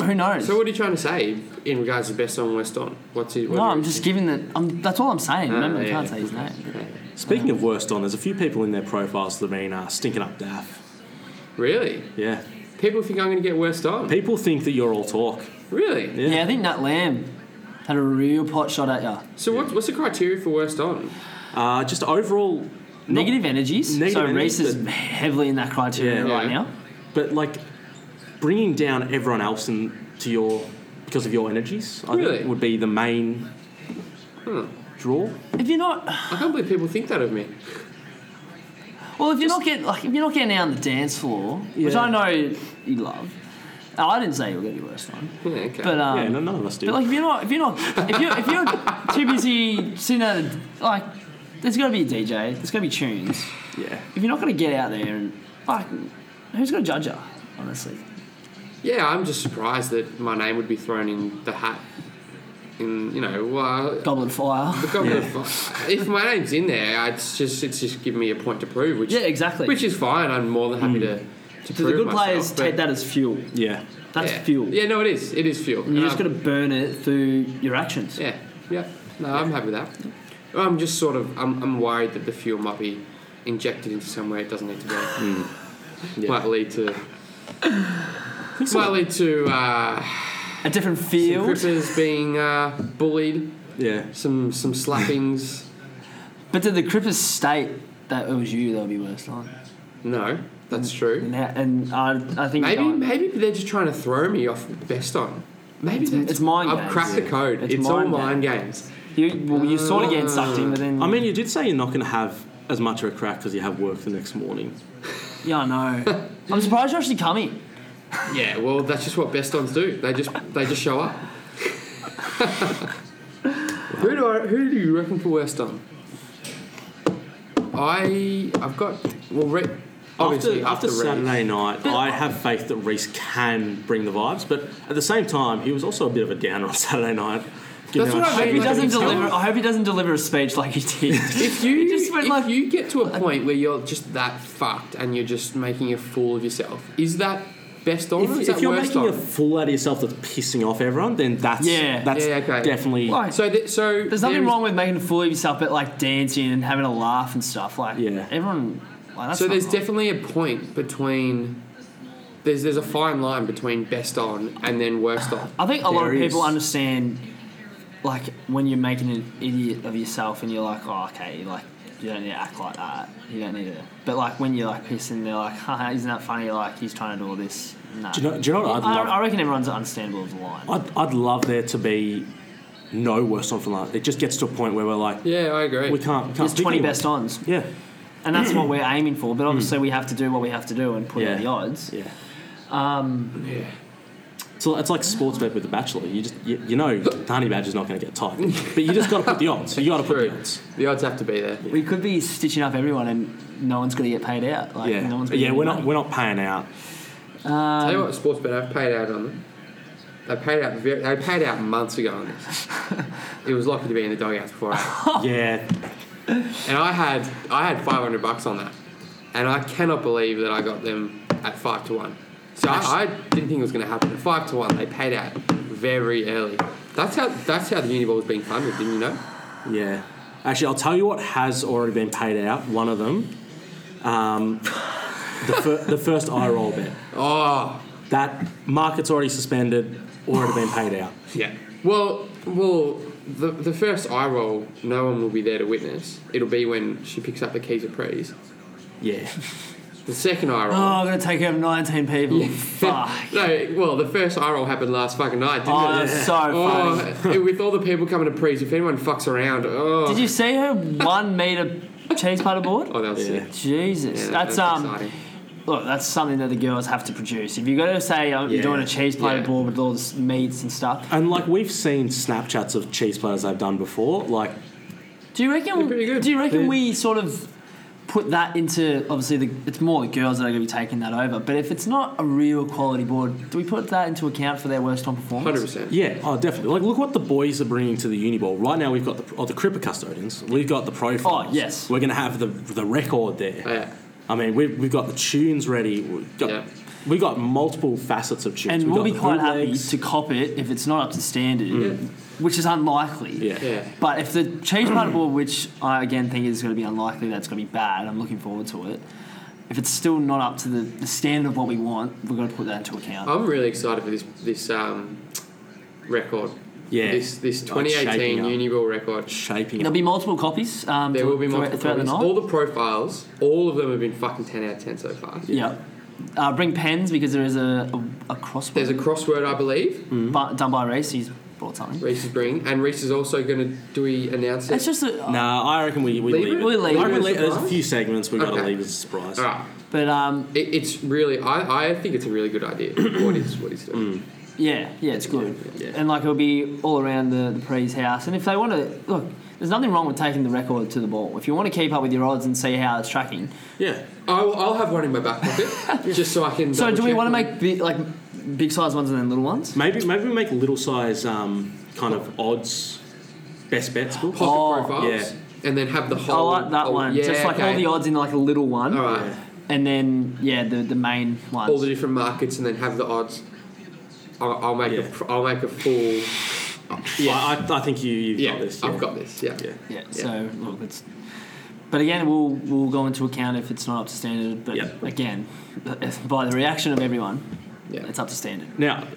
B: who knows?
C: So what are you trying to say in regards to best song West on? What's it? what
B: no,
C: do you
B: I'm just
C: think?
B: giving that. I'm, that's all I'm saying. Remember, I
C: yeah,
B: can't
C: yeah.
B: say his name.
D: Speaking of worst on, there's a few people in their profiles that have been uh, stinking up daff.
C: Really?
D: Yeah.
C: People think I'm going to get West on.
D: People think that you're all talk.
C: Really?
D: Yeah.
B: Yeah. I think Nat Lamb had a real pot shot at you.
C: So what's what's the criteria for West on?
D: Uh, just overall.
B: Negative energies.
D: negative
B: so
D: energies,
B: Reese is heavily in that criteria
D: Yeah.
B: right
C: Yeah.
B: now.
D: But like bringing down everyone else in, to your because of your energies, I
C: Really? Hmm.
D: think would be the main draw.
B: If you're not,
C: I can't believe people think that of me.
B: well, if you're not getting like if you're not getting out on the dance floor, which
D: Yeah.
B: I know you love. Oh, I didn't say you were going to be worse one,
C: Yeah, okay.
B: but um,
D: yeah, no, none of us do.
B: But like, if you're not, if you're not, if you're, if you're too busy sitting at the, like, there's got to be a DJ. There's got to be tunes.
D: yeah.
B: If you're not gonna get out there and like, who's gonna judge you? Honestly,
C: yeah, I'm just surprised that my name would be thrown in the hat. In you know, well,
B: Goblin Fire.
C: I've got the fu- if my name's in there, it's just it's just giving me a point to prove, which
B: Yeah, exactly. Mm.
C: which is fine. I'm more than happy to to
B: So the
C: prove
B: good
C: myself,
B: players
C: but-
B: take that as fuel.
D: Yeah.
B: That's
C: yeah.
B: fuel.
C: Yeah, no, it is. It is fuel.
B: And
C: And
B: you're just
C: I'm-
B: gonna burn it through your actions.
C: Yeah, yeah. No, I'm happy with that. I'm just sort of I'm, I'm worried that the fuel might be injected into somewhere it doesn't need to go.
B: Hmm.
D: Yeah.
C: Might lead to
D: I think so.
C: might lead to uh,
B: A different
C: some
B: field.
C: crippers being uh, bullied,
D: yeah.
C: some some slappings.
B: But did the Crippers state that it was you that would be worst on?
C: no, that's true.
B: And, ha- and I, I think
C: Maybe
B: Don-
C: maybe they're just trying to throw me off best on. Maybe
B: It's-
C: that's,
B: it's mind
C: I've
B: games.
C: cracked the code. It's,
B: It's
C: all
B: mind
C: mind games.
B: you, well, you're sort of getting sucked in, but then
D: I mean, you did say you're not going to have as much of a crack because you have work the next morning.
B: yeah, I know. I'm surprised you're actually coming.
C: Yeah, well, that's just what best ons do. They just they just show up. who do I, who do you reckon for worst on? I I've got well, Re, obviously
D: after, after
C: Reece.
D: Saturday night, I have faith that Reese can bring the vibes, but at the same time, he was also a bit of a downer on Saturday night.
C: That's what I
B: I hope he
C: mean.
B: doesn't
C: Like, if
B: deliver.
C: someone-
B: I hope he doesn't deliver a speech like he did.
C: If you
B: just went
C: if
B: like-
C: you get to a point where you're just that fucked and you're just making a fool of yourself, is that best on? or
D: If,
C: is
D: if
C: that
D: you're
C: worst
D: making
C: on?
D: a fool out of yourself that's pissing off everyone, then that's
B: Yeah.
D: that's
C: Yeah, okay.
D: definitely
B: Like,
C: so th- so
B: There's nothing
C: there's-
B: wrong with making a fool of yourself, but like dancing and having a laugh and stuff. Like
D: Yeah.
B: everyone. Like, that's
C: so
B: not
C: there's
B: wrong.
C: definitely a point between there's there's a fine line between best on and then worst on.
B: I think a lot of
D: There
B: people
D: is.
B: understand, like when you're making an idiot of yourself and you're like, oh, okay, like you don't need to act like that. You don't need to. But like when you're like pissing, they're like, haha, isn't that funny? Like he's trying to do all this. Nah.
D: Do you know- do you know what I'd
B: I,
D: love?
B: I reckon everyone's understandable of the line.
D: I'd, I'd love there to be no worse on for lunch. It just gets to a point where we're like,
C: Yeah, I agree.
D: we can't. can't
B: There's
D: pick
B: 20
D: anyone.
B: best ons,
D: Yeah,
B: and that's what we're aiming for. But obviously, we have to do what we have to do and put
D: Hmm. Yeah.
B: in the odds.
D: yeah.
C: Yeah.
D: So it's like sports bet with the Bachelor. You just you, you know, Tani Badger's not going to get tight, but you just got to put the odds. You got to put the
C: True.
D: odds.
C: The odds have to be there.
B: We could be stitching up everyone, and no one's going to get paid out. Like,
D: Yeah,
B: no one's gonna
D: yeah.
B: get
D: We're
B: paid.
D: not we're not paying out.
C: Tell
D: Um,
C: you what, sports bet I've paid out on them. They paid out. Very, they paid out months ago on this. it was lucky to be in the doghouse before I.
D: yeah,
C: And I had I had five hundred bucks on that, and I cannot believe that I got them at five to one. So I, I didn't think it was going to happen. At five to one, they paid out very early. That's how that's how the Uniball was being funded. Didn't you know?
D: yeah. Actually, I'll tell you what has already been paid out. One of them, um, the fir- the first eye roll bet.
C: Oh
D: That market's already suspended. Already been paid out.
C: yeah. Well, well, the the first eye roll, no one will be there to witness. It'll be when she picks up the keys at Prees.
D: Yeah.
C: The second eye
B: Oh,
C: roll.
B: I'm gonna take over 19 people. Fuck.
C: no, well, the first eye roll happened last fucking night, didn't
B: Oh,
C: it?
B: that's so funny.
C: Oh, with all the people coming to prees, if anyone fucks around, oh,
B: Did you see her one meter cheese putter board?
C: oh, that was
D: Yeah.
C: sick.
B: Jesus,
C: Yeah,
B: that's,
C: that's
B: um.
C: exciting.
B: Look, that's something that the girls have to produce. If you go to say oh, you're
D: Yeah.
B: doing a cheese platter
C: Yeah.
B: board with all the meats and stuff,
D: And like we've seen Snapchats of cheese platters they've done before. Like
B: do you reckon?
C: They're pretty good.
B: Do you reckon
D: Yeah.
B: we sort of put that into obviously the, it's more the girls that are going to be taking that over. But if it's not a real quality board, do we put that into account for their worst on performance?
C: Hundred percent.
D: yeah, oh definitely. Like look what the boys are bringing to the uni bowl. Right now we've got the oh, the Cripper custodians. We've got the profiles.
B: Oh, yes.
D: We're gonna have the the record there.
C: Yeah.
D: I mean, we've, we've got the tunes ready. We've got,
C: Yeah.
D: we've got multiple facets of
B: And
D: tunes. we've
B: we'll
D: got
B: be
D: the
B: quite happy
D: bootlegs.
B: to cop it if it's not up to standard, which is unlikely.
D: Yeah.
C: Yeah.
B: But if the change part of board, which I again think is going to be unlikely, that's going to be bad. I'm looking forward to it. If it's still not up to the, the standard of what we want, we're going to put that into account.
C: I'm really excited for this this um, record.
D: Yeah.
C: This this
D: Like shaping
C: 2018
D: up.
C: Uniball record.
D: Shaping
B: There'll
D: up.
B: be multiple copies. Um,
C: There
B: thro-
C: will be
B: thro-
C: multiple
B: throughout
C: copies.
B: the
C: All
B: night.
C: the profiles, all of them have been fucking 10 out of 10 so far.
B: yeah. Uh, bring pens because there is a, a, a crossword
C: There's a crossword, I believe,
B: bu- done by Race. He's brought something.
C: Reese is bringing, and Reese is also going to do we announce it?
B: It's just a,
D: Nah, I reckon we, we
C: Leave
D: leave,
C: it?
D: it.
B: We leave
D: I reckon
C: it.
D: we- there's a few segments we've got to
C: Okay.
D: leave as a surprise.
C: All right.
B: but um,
C: It, it's really, I, I think it's a really good idea. what is what he's
B: Hmm.
C: doing?
B: Yeah, yeah, it's good.
C: Yeah, yeah.
B: And like it'll be all around the, the pre's house. And if they want to look, there's nothing wrong with taking the record to the ball. If you want to keep up with your odds and see how it's tracking.
D: Yeah.
C: I'll, I'll have one in my back pocket just so I can.
B: So do we
C: double-check
B: want to
C: one.
B: make big, like big size ones and then little ones?
D: Maybe maybe we make little size um, kind of odds best bets book.
C: pocket
B: Oh,
C: profiles? And then have the
B: I
C: whole.
B: like that
C: whole-
B: one.
C: oh, Yeah,
B: Just like all
C: okay.
B: the odds in like a little one.
C: All right.
B: And then yeah, the the main ones.
C: all the different markets and then have the odds. I'll, I'll make
D: Yeah.
C: a, pr- I'll make a full.
D: Yeah. I, I think you, you've
C: Yeah,
D: got this.
C: I've got this. Yeah.
D: Yeah.
B: yeah,
C: yeah.
B: So look, it's. But again, we'll we'll go into account if it's not up to standard. But
D: Yep.
B: again, by the reaction of everyone,
C: Yeah.
B: it's up to standard.
D: Now,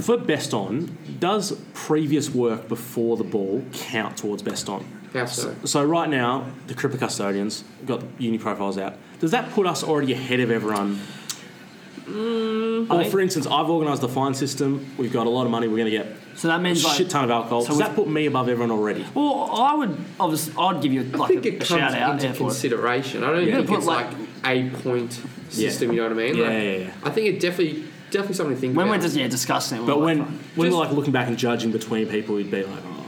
D: for best on, does previous work before the ball count towards best on?
C: How so?
D: So right now, the Cripper custodians we've got the uni profiles out. Does that put us already ahead of everyone?
B: I
D: Or
B: think-
D: for instance, I've organised the fine system. We've got a lot of money. We're going to get
B: So that
D: a
B: means like
D: shit ton of alcohol.
B: So
D: Does
B: we've-
D: that put me above everyone already?
B: Well, I would obviously I'd give you
C: I
B: like
C: think
B: a,
C: it
B: a
C: comes
B: shout out
C: into
B: there for it.
C: consideration. I don't
B: Yeah,
C: think
B: but
C: it's
B: like-
C: like, a point system. You know what I mean?
D: Yeah,
C: Like,
D: yeah, yeah.
C: I think it definitely definitely something to think
B: When
C: about.
B: we're just yeah discussing it,
D: But
B: we're
D: when
B: like, "Fuck."
D: when
C: Just-
D: we're like looking back and judging between people, we'd be like, oh,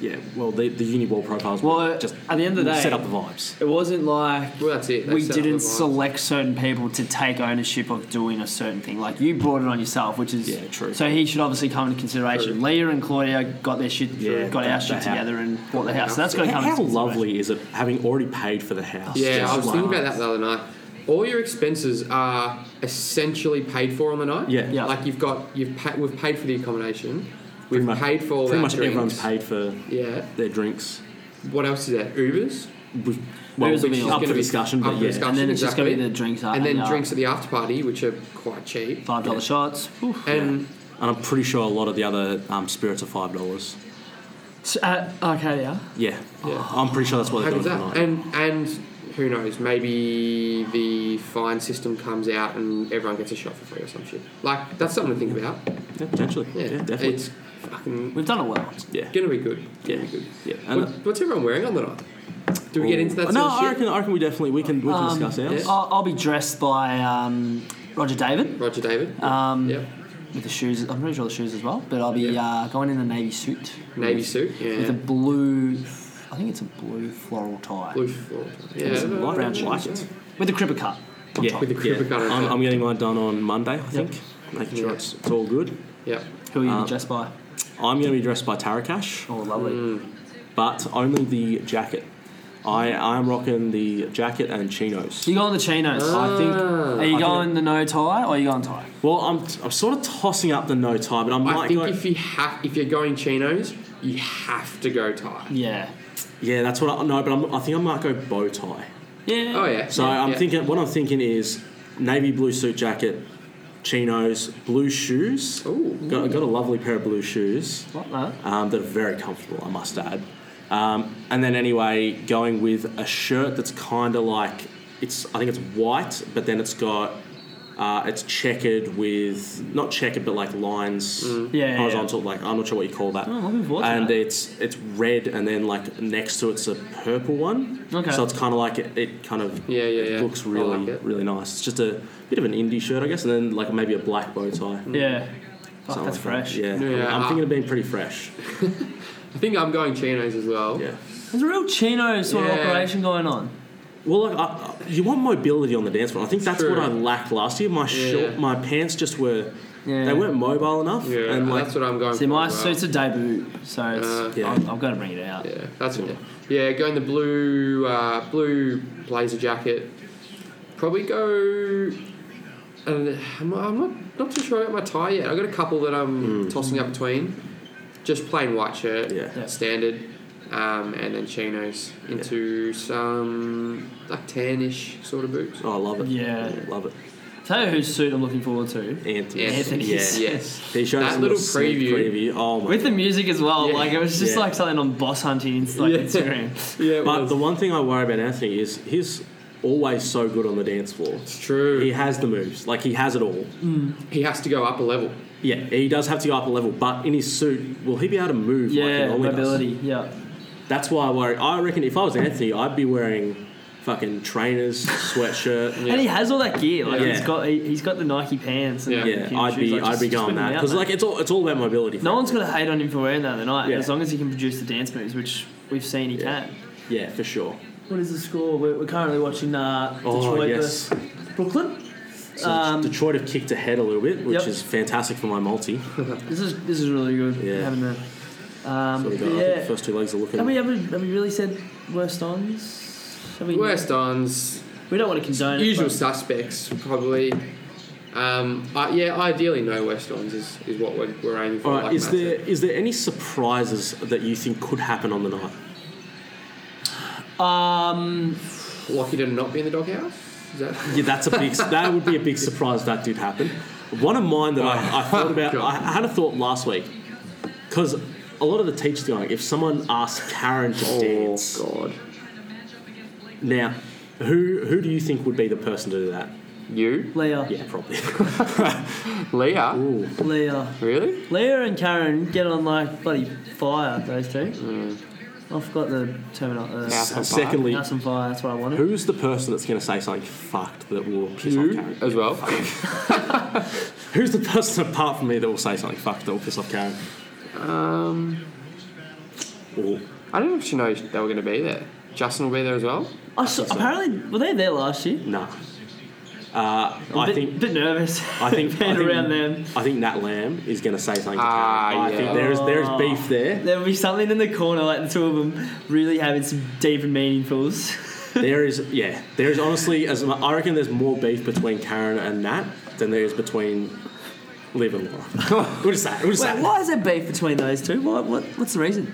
D: yeah. Well, the the uni ball profiles.
B: Well,
D: will
B: uh, at the end of the
D: set
B: day-
D: up the vibes.
B: it wasn't like
C: well, that's it. They
B: we
C: set up the
B: didn't
C: line.
B: select certain people to take ownership of doing a certain thing. Like you brought it on yourself, which is
D: Yeah, true.
B: So he should obviously come into consideration. Leah and Claudia got their shit,
D: Yeah,
B: got our
D: that-
B: shit
D: that happened.
B: together and bought the house. So that's got to
D: How,
B: come.
D: how
B: into
D: lovely is it having already paid for the house?
C: Yeah,
D: Just
C: I was
D: like-
C: thinking about that the other night. All your expenses are essentially paid for on the night.
D: Yeah.
B: Yeah.
C: Like you've got you've pa- we've paid for the accommodation. We've
D: Pretty much-
C: paid for all
D: pretty
C: our
D: much
C: drinks.
D: everyone's paid for
C: Yeah.
D: their drinks.
C: What else is there? Ubers.
D: We- Well,
B: There's a bit
D: up
C: gonna
D: for
C: be
D: discussion,
C: up
D: but
C: for
D: yeah.
C: discussion.
B: And then it's just going to be
C: Exactly.
B: the drinks up
C: and then
B: uh,
C: drinks at the after party, which are quite cheap.
B: five dollar shots. Oof.
C: And
D: And I'm pretty sure a lot of the other um, spirits are five dollars.
B: So, uh, okay, yeah.
D: Yeah.
C: Yeah.
D: I'm pretty sure that's what
C: how
D: they're doing
C: good's
D: tonight.
C: that? And and who knows? Maybe the fine system comes out and everyone gets a shot for free or some shit. Like that's something to think about.
D: yeah, potentially. Yeah,
C: Yeah,
D: definitely.
C: It's fucking
B: We've done it well.
D: yeah.
C: gonna be good.
D: Yeah.
C: Gonna be good.
D: Yeah. And Oh,
C: What, what's everyone wearing on the night? Do we get into that?
D: No,
C: sort of
D: I
C: shit?
D: reckon. I reckon we definitely we can we can discuss ours.
B: I'll, I'll be dressed by um, Roger David
C: Roger David.
D: Uh,
B: Um,
C: yep.
B: with the shoes. I'm pretty sure the shoes as well, but I'll be
C: Yeah.
B: uh, going in the navy suit
C: Navy suit.
B: with
C: Yeah.
B: a blue. I think it's a blue floral tie
C: Blue floor. Yeah.
D: It's
C: no,
D: like-
C: brown
D: like
C: shoes,
D: it.
B: with a cripper cut. on top.
C: With the Cooper cutter.
D: I'm, I'm getting mine done on Monday, I think. Making sure
C: Yeah.
D: it's, it's all good.
C: yeah. Yep.
B: Who are you
D: Um,
B: dressed by?
D: I'm going to be dressed by Tarakash,
B: Oh, lovely.
C: Mm.
D: but only the jacket. I I'm rocking the jacket and chinos.
B: You go on the chinos.
C: Ah,
D: I think.
B: are you going the no tie or are you going tie?
D: Well, I'm I'm sort of tossing up the no tie, but I might
C: I think
D: go.
C: if you have, if you're going chinos, you have to go tie.
B: Yeah.
D: yeah, that's what I no, but I'm, I think I might go bow tie.
B: Yeah.
C: Oh yeah.
D: So
C: yeah,
D: I'm
C: yeah.
D: thinking. What I'm thinking is navy blue suit jacket, chinos, blue shoes.
C: Ooh.
D: got, got a lovely pair of blue shoes.
B: What, no?
D: um, that are very comfortable, I must add. Um, and then, anyway, going with a shirt that's kind of like it's I think it's white, but then it's got uh, it's checkered with not checkered, but like lines
B: Mm. Yeah, yeah, yeah.
D: horizontal. Like I'm not sure what you call that.
B: Oh, I'm looking forward to
D: and
B: that.
D: it's it's red, and then like next to it's a purple one.
B: Okay.
D: So it's kind of like it, it kind of
C: Yeah, yeah, yeah.
D: looks
C: I
D: really
C: like it.
D: really nice. It's just a bit of an indie shirt, I guess, and then like maybe a black bow tie.
B: Yeah. Fuck,
D: something
B: that's
D: like that.
B: fresh. Uh,
D: Yeah,
C: Yeah.
D: I'm thinking of being pretty fresh.
C: I think I'm going chinos as well.
D: Yeah.
B: There's a real chino sort of
C: Yeah.
B: operation going on.
D: Well, like, I, I- you want mobility on the dance floor. I think that's
C: True.
D: what I lacked last year. My short,
C: Yeah.
D: my pants just were,
B: Yeah.
D: they weren't mobile enough.
C: Yeah,
D: and like,
C: that's what I'm going
B: See,
C: for.
B: my
C: as well.
B: suit's a debut, so it's,
C: Uh,
D: Yeah.
B: I've, I've got to bring it out.
C: Yeah, that's what. Yeah, going the blue uh, blue blazer jacket. Probably go. And I'm, not- I'm not not too sure about my tie yet. I got a couple that I'm tossing up between. Just plain white shirt,
D: Hmm. Yeah.
B: Yeah.
C: standard, um, and then chinos into some like tannish sort of boots.
D: oh, I love it.
B: Yeah.
D: love it.
B: Tell you whose suit I'm looking forward to.
D: Anthony.
C: Yes,
B: Anthony's.
D: Yeah.
C: yes.
D: He showed
C: That
D: us a
C: little
D: sneak
C: preview.
D: preview. Oh my.
B: With the music as well,
C: Yeah.
B: like it was just
D: Yeah.
B: like something on Boss Hunting like,
C: Yeah.
B: Instagram.
C: Yeah, it
D: but
C: was.
D: the one thing I worry about Anthony is he's always so good on the dance floor.
C: it's true.
D: He has the moves. Like he has it all.
C: he has to go up a level.
D: Yeah. He does have to go up a level, but in his suit, will he be able to move? like
B: Yeah,
D: he normally does?
B: mobility. Yeah.
D: That's why I worry. I reckon if I was Anthony, I'd be wearing fucking trainers, sweatshirt.
C: Yeah.
B: And he has all that gear. Like
D: Yeah.
B: he's got he, he's got the Nike pants. And
C: Yeah.
B: the
D: Yeah,
B: Nike
D: I'd
B: shoes,
D: be
B: like,
D: I'd
B: just-
D: be
B: just
D: going
B: whip
D: that
B: it out,
D: because
B: mate.
D: like it's all it's all about mobility.
B: no one's gonna hate on him for wearing that the night,
D: Yeah.
B: as long as he can produce the dance moves, which we've seen he
D: Yeah.
B: can.
D: yeah, for sure.
B: What is the score? We're, we're currently watching uh,
D: Oh,
B: Detroit
D: yes.
B: versus Brooklyn.
D: So
B: Um,
D: Detroit have kicked ahead a little bit, which
B: Yep.
D: is fantastic for my multi. So
B: This is this is really good.
D: Yeah.
B: Having the, um,
D: we got, I think the
B: yeah.
D: first two legs are looking.
B: Have we ever have we really said worst ons? Have we,
C: Worst ons.
B: We don't want to condone it,
C: Usual
B: but-
C: suspects, probably. Um, I yeah, ideally no West Ons is, is what we're, we're aiming for.
D: all right,
C: like
D: is
C: Matt
D: there
C: said.
D: is there any surprises that you think could happen on the night?
B: Um,
C: Lockie to not be in the doghouse? Is that?
D: Yeah, that's a big. that would be a big surprise if that did happen. One of mine that
B: Oh,
D: I, I thought about. I
C: God.
D: had a thought last week because a lot of the teachers are going. If someone asked Karen to
C: Oh
D: dance,
C: God!
D: now who who do you think would be the person to do that?
C: You,
B: Leah,
D: Yeah, probably.
C: Leah?
D: Ooh.
B: Leah,
C: Really?
B: Leah, and Karen get on like bloody fire. Those two. I forgot the terminal. Uh,
C: House.
D: Mm. And secondly,
B: house on fire. That's what I wanted.
D: who's the person that's going to say something fucked that will piss off
C: You
D: Karen?
C: as well.
D: Who's the person apart from me that will say something fucked that will piss off Karen?
C: Um,
D: Or
C: I didn't actually know they were going to be there. Justin will be there as well.
B: I saw, apparently, were they there last year?
D: nah. Uh,
B: A
D: I
B: bit,
D: think.
B: bit nervous.
D: I think, I
B: Being
D: think
B: around them.
D: I think Nat Lamb is going to say something. To Karen.
C: Ah,
D: I
C: yeah.
D: think there is there is beef there.
B: There'll be something in the corner, like the two of them really having some deep and meaningfuls.
D: There is yeah. There is honestly as mu- I reckon there's more beef between Karen and Nat than there is between Liv and Laura. we'll just say it, we'll just say
B: Wait,
D: it.
B: why is there beef between those two? What, what, what's the reason?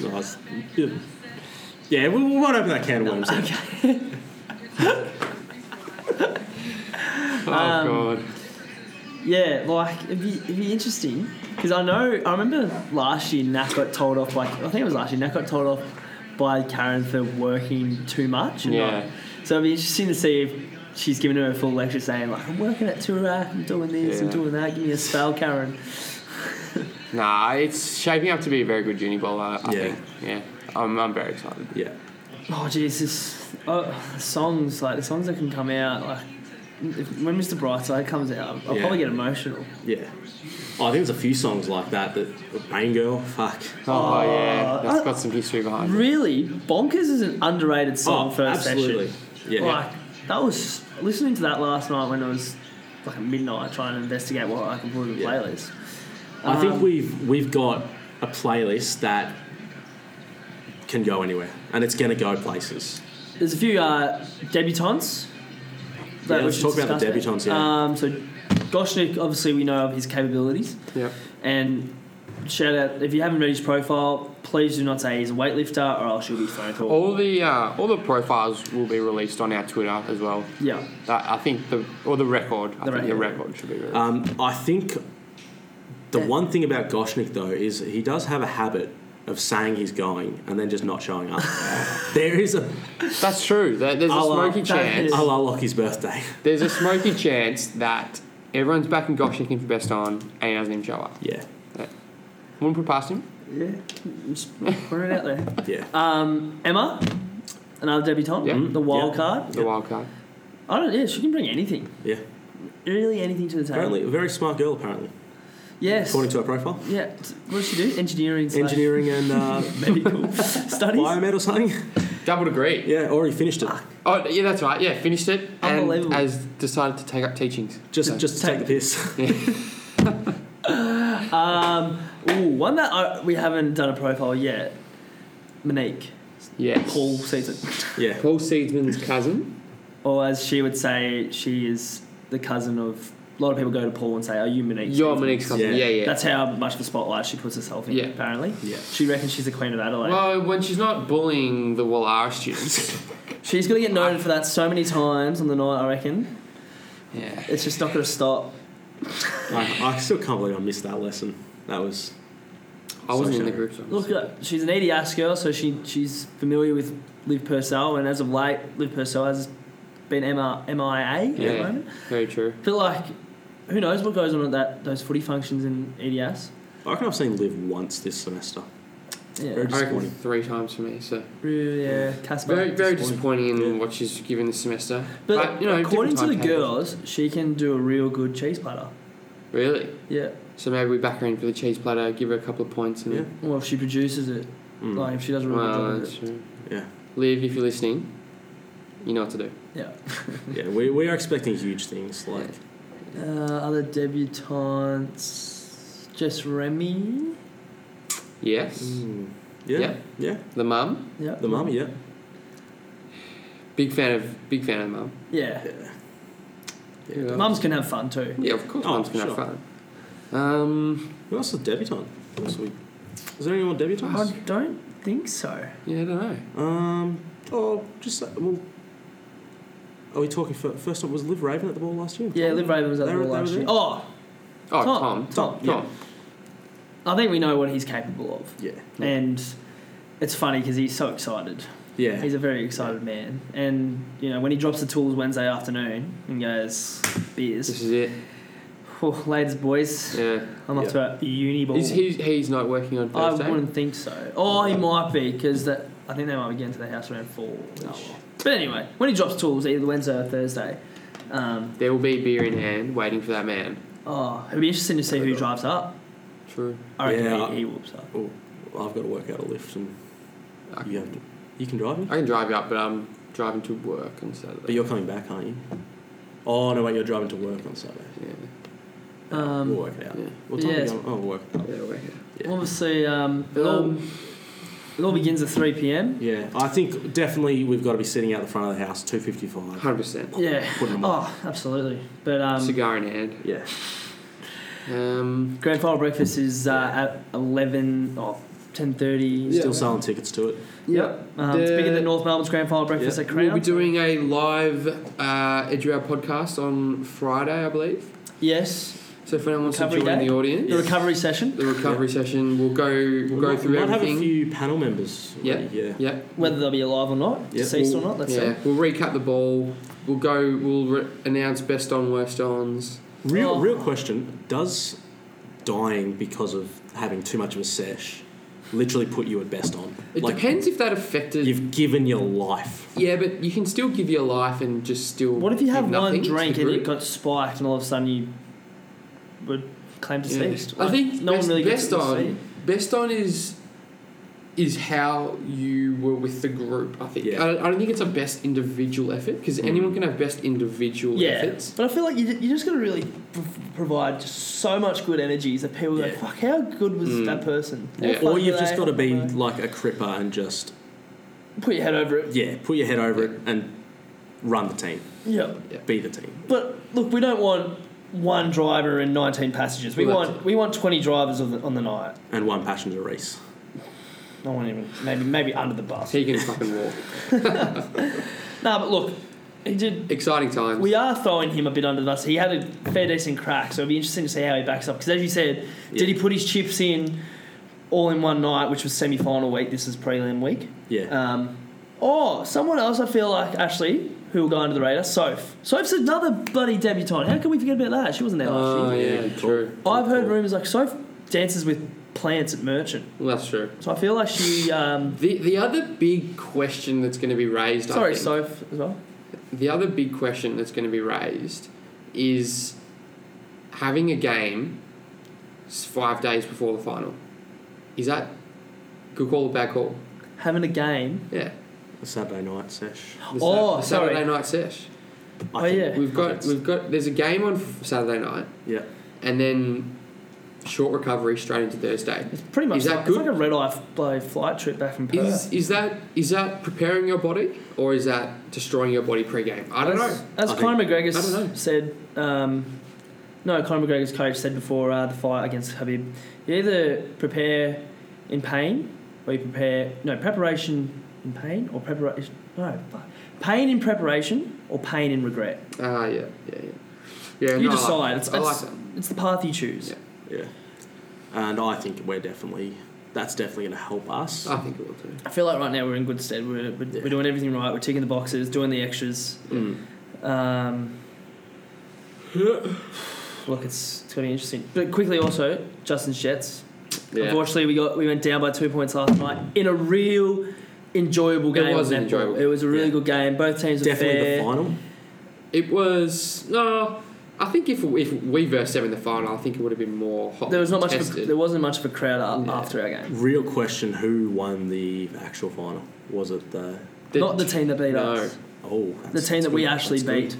D: No, it's- yeah. Yeah, we, we won't open that can of worms. yet.
C: Oh
D: Um,
C: God!
B: Yeah, like it'd be, it'd be interesting because I know I remember last year Nat got told off. Like I think it was last year Nat got told off by Karen for working too much. And
C: Yeah.
B: like- so it'd be interesting to see if she's given her a full lecture saying like I'm working at Turak, I'm doing this, I'm
C: Yeah.
B: doing that. Give me a spell, Karen.
C: Nah, it's shaping up to be a very good uni bowl. I, I
D: Yeah.
C: think. Yeah, I'm, I'm very excited.
D: Yeah.
B: Oh Jesus! Oh, songs like the songs that can come out like. If, when Mr. Brightside comes out, I'll
D: Yeah.
B: probably get emotional.
D: Yeah. Oh, I think there's a few songs like that that Rain Girl, fuck.
C: Oh, yeah, that's
B: I-
C: got some history behind. it.
B: Really, Bonkers is an underrated song for a session.
D: Oh, absolutely. Yeah.
B: Like that was listening to that last night when it was like at midnight trying to investigate what I can put in the
D: Yeah.
B: playlist.
D: I
B: um,
D: think we've we've got a playlist that can go anywhere and it's gonna go places.
B: There's a few uh, debutantes. that
D: Yeah,
B: we
D: let's
B: should
D: talk about the
B: discuss.
D: debutantes, yeah.
B: Um, so Goshnik, obviously we know of his capabilities,
C: Yep.
B: and shout out if you haven't read his profile, please do not say he's a weightlifter or else you'll be phone call.
C: All the uh, all the profiles will be released on our Twitter as well.
B: Yeah,
C: That, I think the or the record. I
B: The
C: think the
B: record.
C: record should be released.
D: Um, I think the
B: Yeah.
D: one thing about Goshnik though is he does have a habit of saying he's going and then just not showing up. there is a
C: That's true. There- There's a
D: I'll, uh,
C: smoky
B: Oh, that
C: chance.
B: is-
D: a la Lockie's birthday.
C: There's a smoky chance that everyone's back in Gosh looking for best on, and he doesn't even show up.
D: Yeah,
C: Wouldn't put past him.
B: Yeah, just put it out there.
D: yeah.
B: Um, Emma, another debutante,
C: Yeah.
B: the wild
D: Yeah.
B: card.
C: The
D: Yeah.
C: wild card.
B: I don't. Yeah, she can bring anything.
D: Yeah.
B: Really, anything to the table.
D: Apparently, a very smart girl, apparently,
B: Yes.
D: according to her profile.
B: yeah. t- What does she do? Engineering. slash
D: Engineering and uh,
B: Medical studies.
D: biomed or something.
C: Double degree.
D: Yeah, already finished it.
C: Oh, yeah, that's right. Yeah, finished it and
B: Unbelievable.
C: has decided to take up teachings.
D: Just, just to take the piss.
B: Um, ooh, one that I, we haven't done a profile yet. Monique,
C: Yes.
B: Paul Seaton,
D: Yeah,
C: Paul Seedsman's cousin.
B: or as she would say, she is the cousin of. A lot of people go to Paul and say, "Are you Monique?"
C: Your
B: Seaton?"
C: Monique's cousin. Yeah,
D: Yeah.
C: yeah.
B: That's how much of a spotlight she puts herself in.
C: Yeah.
B: Apparently,
D: yeah.
B: she reckons she's the queen of Adelaide.
C: well, when she's not bullying the Wallara students.
B: She's gonna get noted for that so many times on the night. I reckon
C: yeah.
B: it's just not gonna stop.
D: I, I still can't believe I missed that lesson. That was
C: I wasn't in the
D: Sorry.
C: group. So
B: Look, uh, she's an EDS girl, so she she's familiar with Liv Purcell, and as of late, Liv Purcell has been MR, MIA at
C: Yeah.
B: the moment.
C: Very true.
B: But like, who knows what goes on at that those footy functions in E EDS?
D: I reckon I've seen Liv once this semester.
B: Yeah,
C: I
D: Very
C: reckon
D: Disappointing.
C: three times for me. So
B: Really, yeah, Casper.
C: very, very disappointing in
D: Yeah.
C: what she's given this semester.
B: But
C: you know,
B: according to the
C: different timetable.
B: girls, she can do a real good cheese platter.
C: really.
B: Yeah.
C: So maybe we back her in for the cheese platter, give her a couple of points, and
D: Yeah.
B: Well, if she produces it,
D: Mm.
B: like if she does a really good
C: Hmm. well,
B: job of
C: that's
B: it.
C: true.
D: yeah,
C: Liv, if you're listening, you know what to do.
B: Yeah.
D: yeah. We, we are expecting huge things. Like,
B: Uh, other debutantes, Jess Remy.
C: Yes.
D: Mm. yeah, yeah,
C: Yeah. The mum,
B: Yeah.
D: The mum, yeah.
C: big fan of, big fan of mum.
B: Yeah.
C: Yeah.
B: Mums can have fun too.
C: Yeah, of course,
D: Oh,
C: mum's gonna
D: sure.
C: have fun. Um,
D: Who else is debutant? Who else we- Is there any more
B: I
D: debutants?
B: don't think so.
C: yeah, I don't know.
D: Um, oh, just uh, well. Are we talking fir- first up? Was Liv Raven at the ball last year?
B: Yeah, Liv Raven was at
D: They
B: the
D: were-
B: ball
D: they
B: last
D: were
B: year.
D: there.
B: Oh,
C: Oh,
B: Tom,
C: Tom,
B: Tom,
D: yeah.
B: I think we know what he's capable of.
D: Yeah,
B: And it's funny because he's so excited.
D: yeah.
B: He's a very excited man. And, you know, when he drops the tools Wednesday afternoon and goes,
C: This
B: beers.
C: is it.
B: Oh, ladies, boys,
C: Yeah.
B: I'm off to a uni ball.
C: Is he? He's not working on
B: I
C: Thursday.
B: wouldn't think so. Or he might be because I think they might be getting to the house around four.
C: Oh,
B: which-
D: well.
B: But anyway, when he drops tools, either Wednesday or Thursday, um,
C: There will be beer in hand waiting for that man.
B: oh, it'll be interesting to see who drives up.
C: True.
B: I reckon
D: Yeah.
B: he, he whoops up.
D: Oh, I've got to work out a lift, and
C: I can,
D: you have to, you can drive me.
C: I can drive you up, but I'm driving to work on Saturday.
D: But you're coming back, aren't you? Oh no, wait, you're driving to work on Saturday.
C: yeah.
B: Um,
D: we'll work it out.
C: yeah.
D: We'll talk
B: yeah,
D: about. Oh, we'll work it out.
C: Yeah, we're here.
D: Yeah.
B: Obviously, um, it, all,
C: Um,
B: it all begins at 3 p.m.
D: Yeah, I think definitely we've got to be sitting out the front of the house, two fifty-five.
C: hundred percent.
B: Yeah.
D: Putting them on.
B: Oh, absolutely. But um,
C: Cigar in hand.
D: Yeah,
C: Um,
B: grand final breakfast is uh, at oh, 11 or 10.30.
D: still selling tickets to it.
B: Yep. Um, it's
C: The-
B: bigger than North Melbourne's grand final breakfast
D: Yeah.
B: at Crown.
C: We'll be doing a live uh, Edgeware podcast on Friday, I believe.
B: yes.
C: So if anyone wants
B: Recovery
C: to join
B: day?
C: the audience,
B: The recovery session.
C: the recovery session, we'll go we'll go
D: might,
C: through
D: might
C: everything.
D: have a few panel members. already, yeah.
C: yeah,
B: Whether they'll be alive or not,
D: Yeah.
B: deceased or not, let's
C: yeah.
B: see.
C: We'll recap the ball. We'll go. We'll re- announce best on, worst ons.
D: Real,
B: Oh.
D: real question: Does dying because of having too much of a sesh literally put you at best on?
C: It depends if that affected.
D: You've given your life.
C: yeah, but you can still give your life and just still.
B: What if you
C: give
B: have one
C: nothing to
B: drink
C: the
B: and it
C: group?
B: got spiked and all of a sudden you would claim
C: Yeah.
B: deceased?
C: I
B: Like,
C: think
B: no
C: best,
B: one really gets
C: best
B: it, we'll
C: on
B: see.
C: best on is is how you were with the group. I think.
D: Yeah.
C: I, I don't think it's a best individual effort because
D: Mm.
C: anyone can have best individual
B: Hmm. Yeah,
C: efforts.
B: but I feel like you, you just got to really pr- provide just so much good energies that people go,
D: Yeah.
B: fuck, how good was
C: Mm.
B: that person? How
C: Yeah.
B: fun
D: Or
B: were
D: you've
B: they?
D: just got to be
B: How fun were
D: like a cripper and just
B: they?" Put your head over it.
D: yeah, put your head over it and run the team,
B: Yeah.
D: be the team.
B: But look, we don't want one driver and 19 passengers. We
C: Well, that's
B: want we want 20 drivers on the, on the night.
D: And one passenger race.
B: No one even, maybe maybe under the bus.
C: He can fucking walk.
B: No, but look, he did
C: Exciting times.
B: We are throwing him a bit under the bus. He had a fair decent crack, so it'd be interesting to see how he backs up. Because as you said,
D: Yeah.
B: did he put his chips in? all in one night, which was semi final week. This is prelim week.
D: Yeah.
B: Um, oh, someone else I feel like actually who will go under the radar, Soph. Soph's another bloody debutante. How can we forget about that? She wasn't there last
C: Oh,
B: year.
C: yeah,
D: Yeah,
C: true.
B: I've heard rumours like Soph dances with plants at Merchant.
C: Well, that's true.
B: So I feel like she. Um,
C: The, the other big question that's going to be raised, I
B: sorry,
C: think,
B: Soph as well.
C: the other big question that's going to be raised is having a game s- five days before the final. Is that good call or bad call?
B: Having a game.
C: Yeah.
D: The Saturday night sesh.
C: The Sat-
B: Oh,
C: the
B: sorry.
C: Saturday night sesh.
D: I
B: Oh,
D: think-
B: yeah.
C: We've got
D: That's-
C: we've got there's a game on f- Saturday night
D: Yeah.
C: and then short recovery straight into Thursday.
B: It's pretty much
C: Is that
B: like,
C: good?
B: It's like a red eye bloody flight trip back from Perth.
C: Is is that is that preparing your body or is that destroying your body pre-game? I don't know.
B: As
D: I
B: Conor McGregor
C: I don't know.
B: said, um, no, Conor McGregor's coach said before uh, the fight against Habib, you either prepare in pain or you prepare no preparation in pain or preparation no fuck. pain in preparation or pain in regret.
C: Ah, yeah, yeah, yeah. Yeah,
B: you
C: no, I like-
B: decide. It's,
C: I like
B: it's,
C: that.
B: it's the path you choose.
C: Yeah.
D: Yeah. And I think we're definitely that's definitely going to help us.
C: I think it will too.
B: I feel like right now we're in good stead. We're, we're,
D: Yeah.
B: we're doing everything right. We're ticking the boxes, doing the extras. Um, look, it's, it's going to be interesting. But quickly also, Justin Jets.
C: Yeah.
B: Unfortunately, we got we went down by two points last night in a real enjoyable
C: It
B: game.
C: was
B: of netball.
C: an enjoyable-
B: It was a really
D: yeah.
B: good game. Both teams were
D: definitely
B: fair.
D: the final.
C: It was no. I think if if we versed them in the final, I think it would have been more hot.
B: There was not much. Of a,
C: Tested.
B: there wasn't much of a crowd up
C: Yeah.
B: after our game.
D: Real question: Who won the actual final? Was it the
B: Not the team that beat
C: no.
B: us.
D: oh that's-
B: The team
D: that's
B: that we
D: good,
B: actually
D: that's
B: beat.
D: good.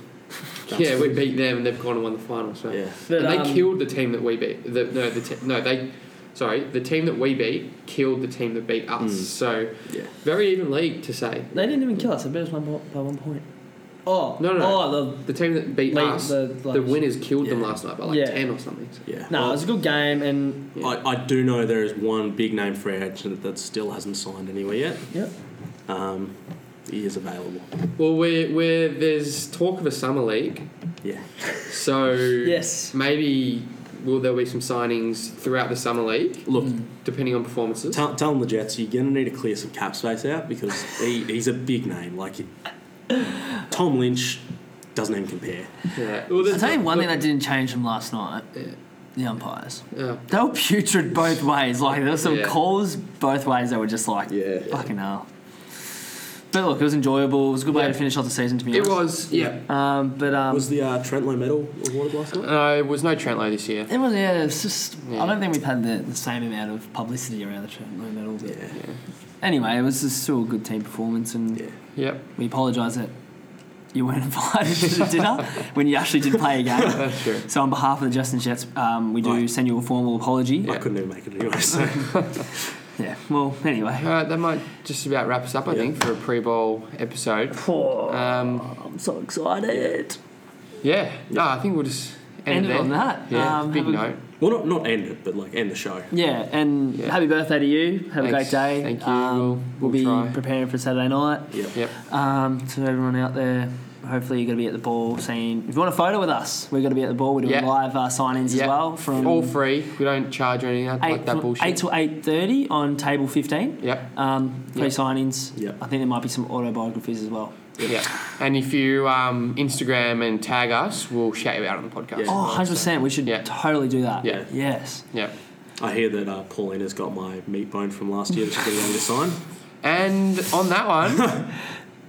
D: That's
C: Yeah, we
D: good.
C: beat them and they've gone and won the final. So
D: Yeah,
B: But,
C: and they
B: um,
C: killed the team that we beat. The, no, the te- no they. Sorry, the team that we beat killed the team that beat us.
D: Mm.
C: So
D: yeah.
C: very even league to say.
B: They didn't even kill us. They beat us one po- by one point. Oh
C: No, no, no.
B: Oh, the,
C: The team that beat
B: Late-
C: us,
B: the-
C: the,
B: like-
C: winners killed them
D: Yeah.
C: last night by like
B: Yeah.
C: ten or something. So,
D: Yeah.
B: no, it was a good game, and
C: yeah.
D: I, I do know there is one big name free agent that still hasn't signed anywhere yet.
B: yep.
D: Um, he is available.
C: well, we're, we're there's talk of a summer league.
D: Yeah.
C: So
B: Yes.
C: maybe will there be some signings throughout the summer league,
D: Look,
C: depending on performances?
D: tell, tell him the Jets you're going to need to clear some cap space out because he, he's a big name. Like Tom Lynch doesn't even compare.
C: Yeah. Well,
E: I'll tell you one thing that didn't change from last night the umpires.
C: Yeah.
E: They were putrid both ways. Like, there were some
C: Yeah.
E: calls both ways that were just like,
D: Yeah.
E: fucking hell. But look, it was enjoyable. It was a good way
C: Yeah.
E: to finish off the season, to be
C: It
E: honest.
C: was, yeah.
E: Um, but um,
D: Was the uh, Trent Low medal awarded last night?
C: No, Uh, it was no Trentlow this year.
E: it was, yeah, it's just,
C: Yeah.
E: I don't think we've had the, the same amount of publicity around the Trentlow medal. But
D: Yeah.
E: Anyway, it was just still a good team performance, and
D: Yeah.
C: Yep.
E: we apologise that you weren't invited to the dinner when you actually did play a game.
C: That's true.
E: So, on behalf of the Justin Jets, um, we do
D: Right.
E: send you a formal apology.
C: Uh,
D: I couldn't even make it anyway. So
E: Yeah. Well, anyway.
C: All right, Uh, that might just about wrap us up, I
D: Yeah.
C: think, for a pre bowl episode.
B: Oh,
C: Um,
B: I'm so excited.
C: yeah. No, I think we'll just end,
E: End
C: it
E: it on
C: there.
E: that.
C: Yeah.
E: Um,
C: big
E: have a-
C: note.
D: well, not not end it, but like end the show.
E: Yeah, and
C: Yeah.
E: happy birthday to you. Have a
C: Thanks.
E: great day.
C: Thank you.
E: Um,
C: We'll-
E: we'll,
C: we'll
E: be
C: try.
E: preparing for Saturday night.
D: Yeah.
C: Yep.
E: Um, to everyone out there, hopefully you're going to be at the ball scene. If you want a photo with us, we're going to be at the ball. We're doing
C: Yeah.
E: live uh, sign-ins
C: Yep.
E: as well from
C: All free. We don't charge or anything like
E: eight,
C: that bullshit.
E: eight to eight thirty on table fifteen.
C: Yep.
E: Um, free
C: Yep.
E: sign-ins.
D: Yep.
E: I think there might be some autobiographies as well.
C: Yeah. And if you um, Instagram and tag us, we'll shout you out on the podcast.
D: Yeah.
E: Oh, 100 percent. We should
C: Yeah.
E: totally do that.
C: Yeah.
E: Yes.
C: Yeah.
D: I hear that uh, Paulina's got my meat bone from last year that she's going to sign.
C: And on that one.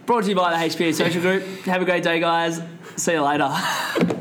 E: Brought to you by the HPA Social Group. Have a great day, guys. See you later.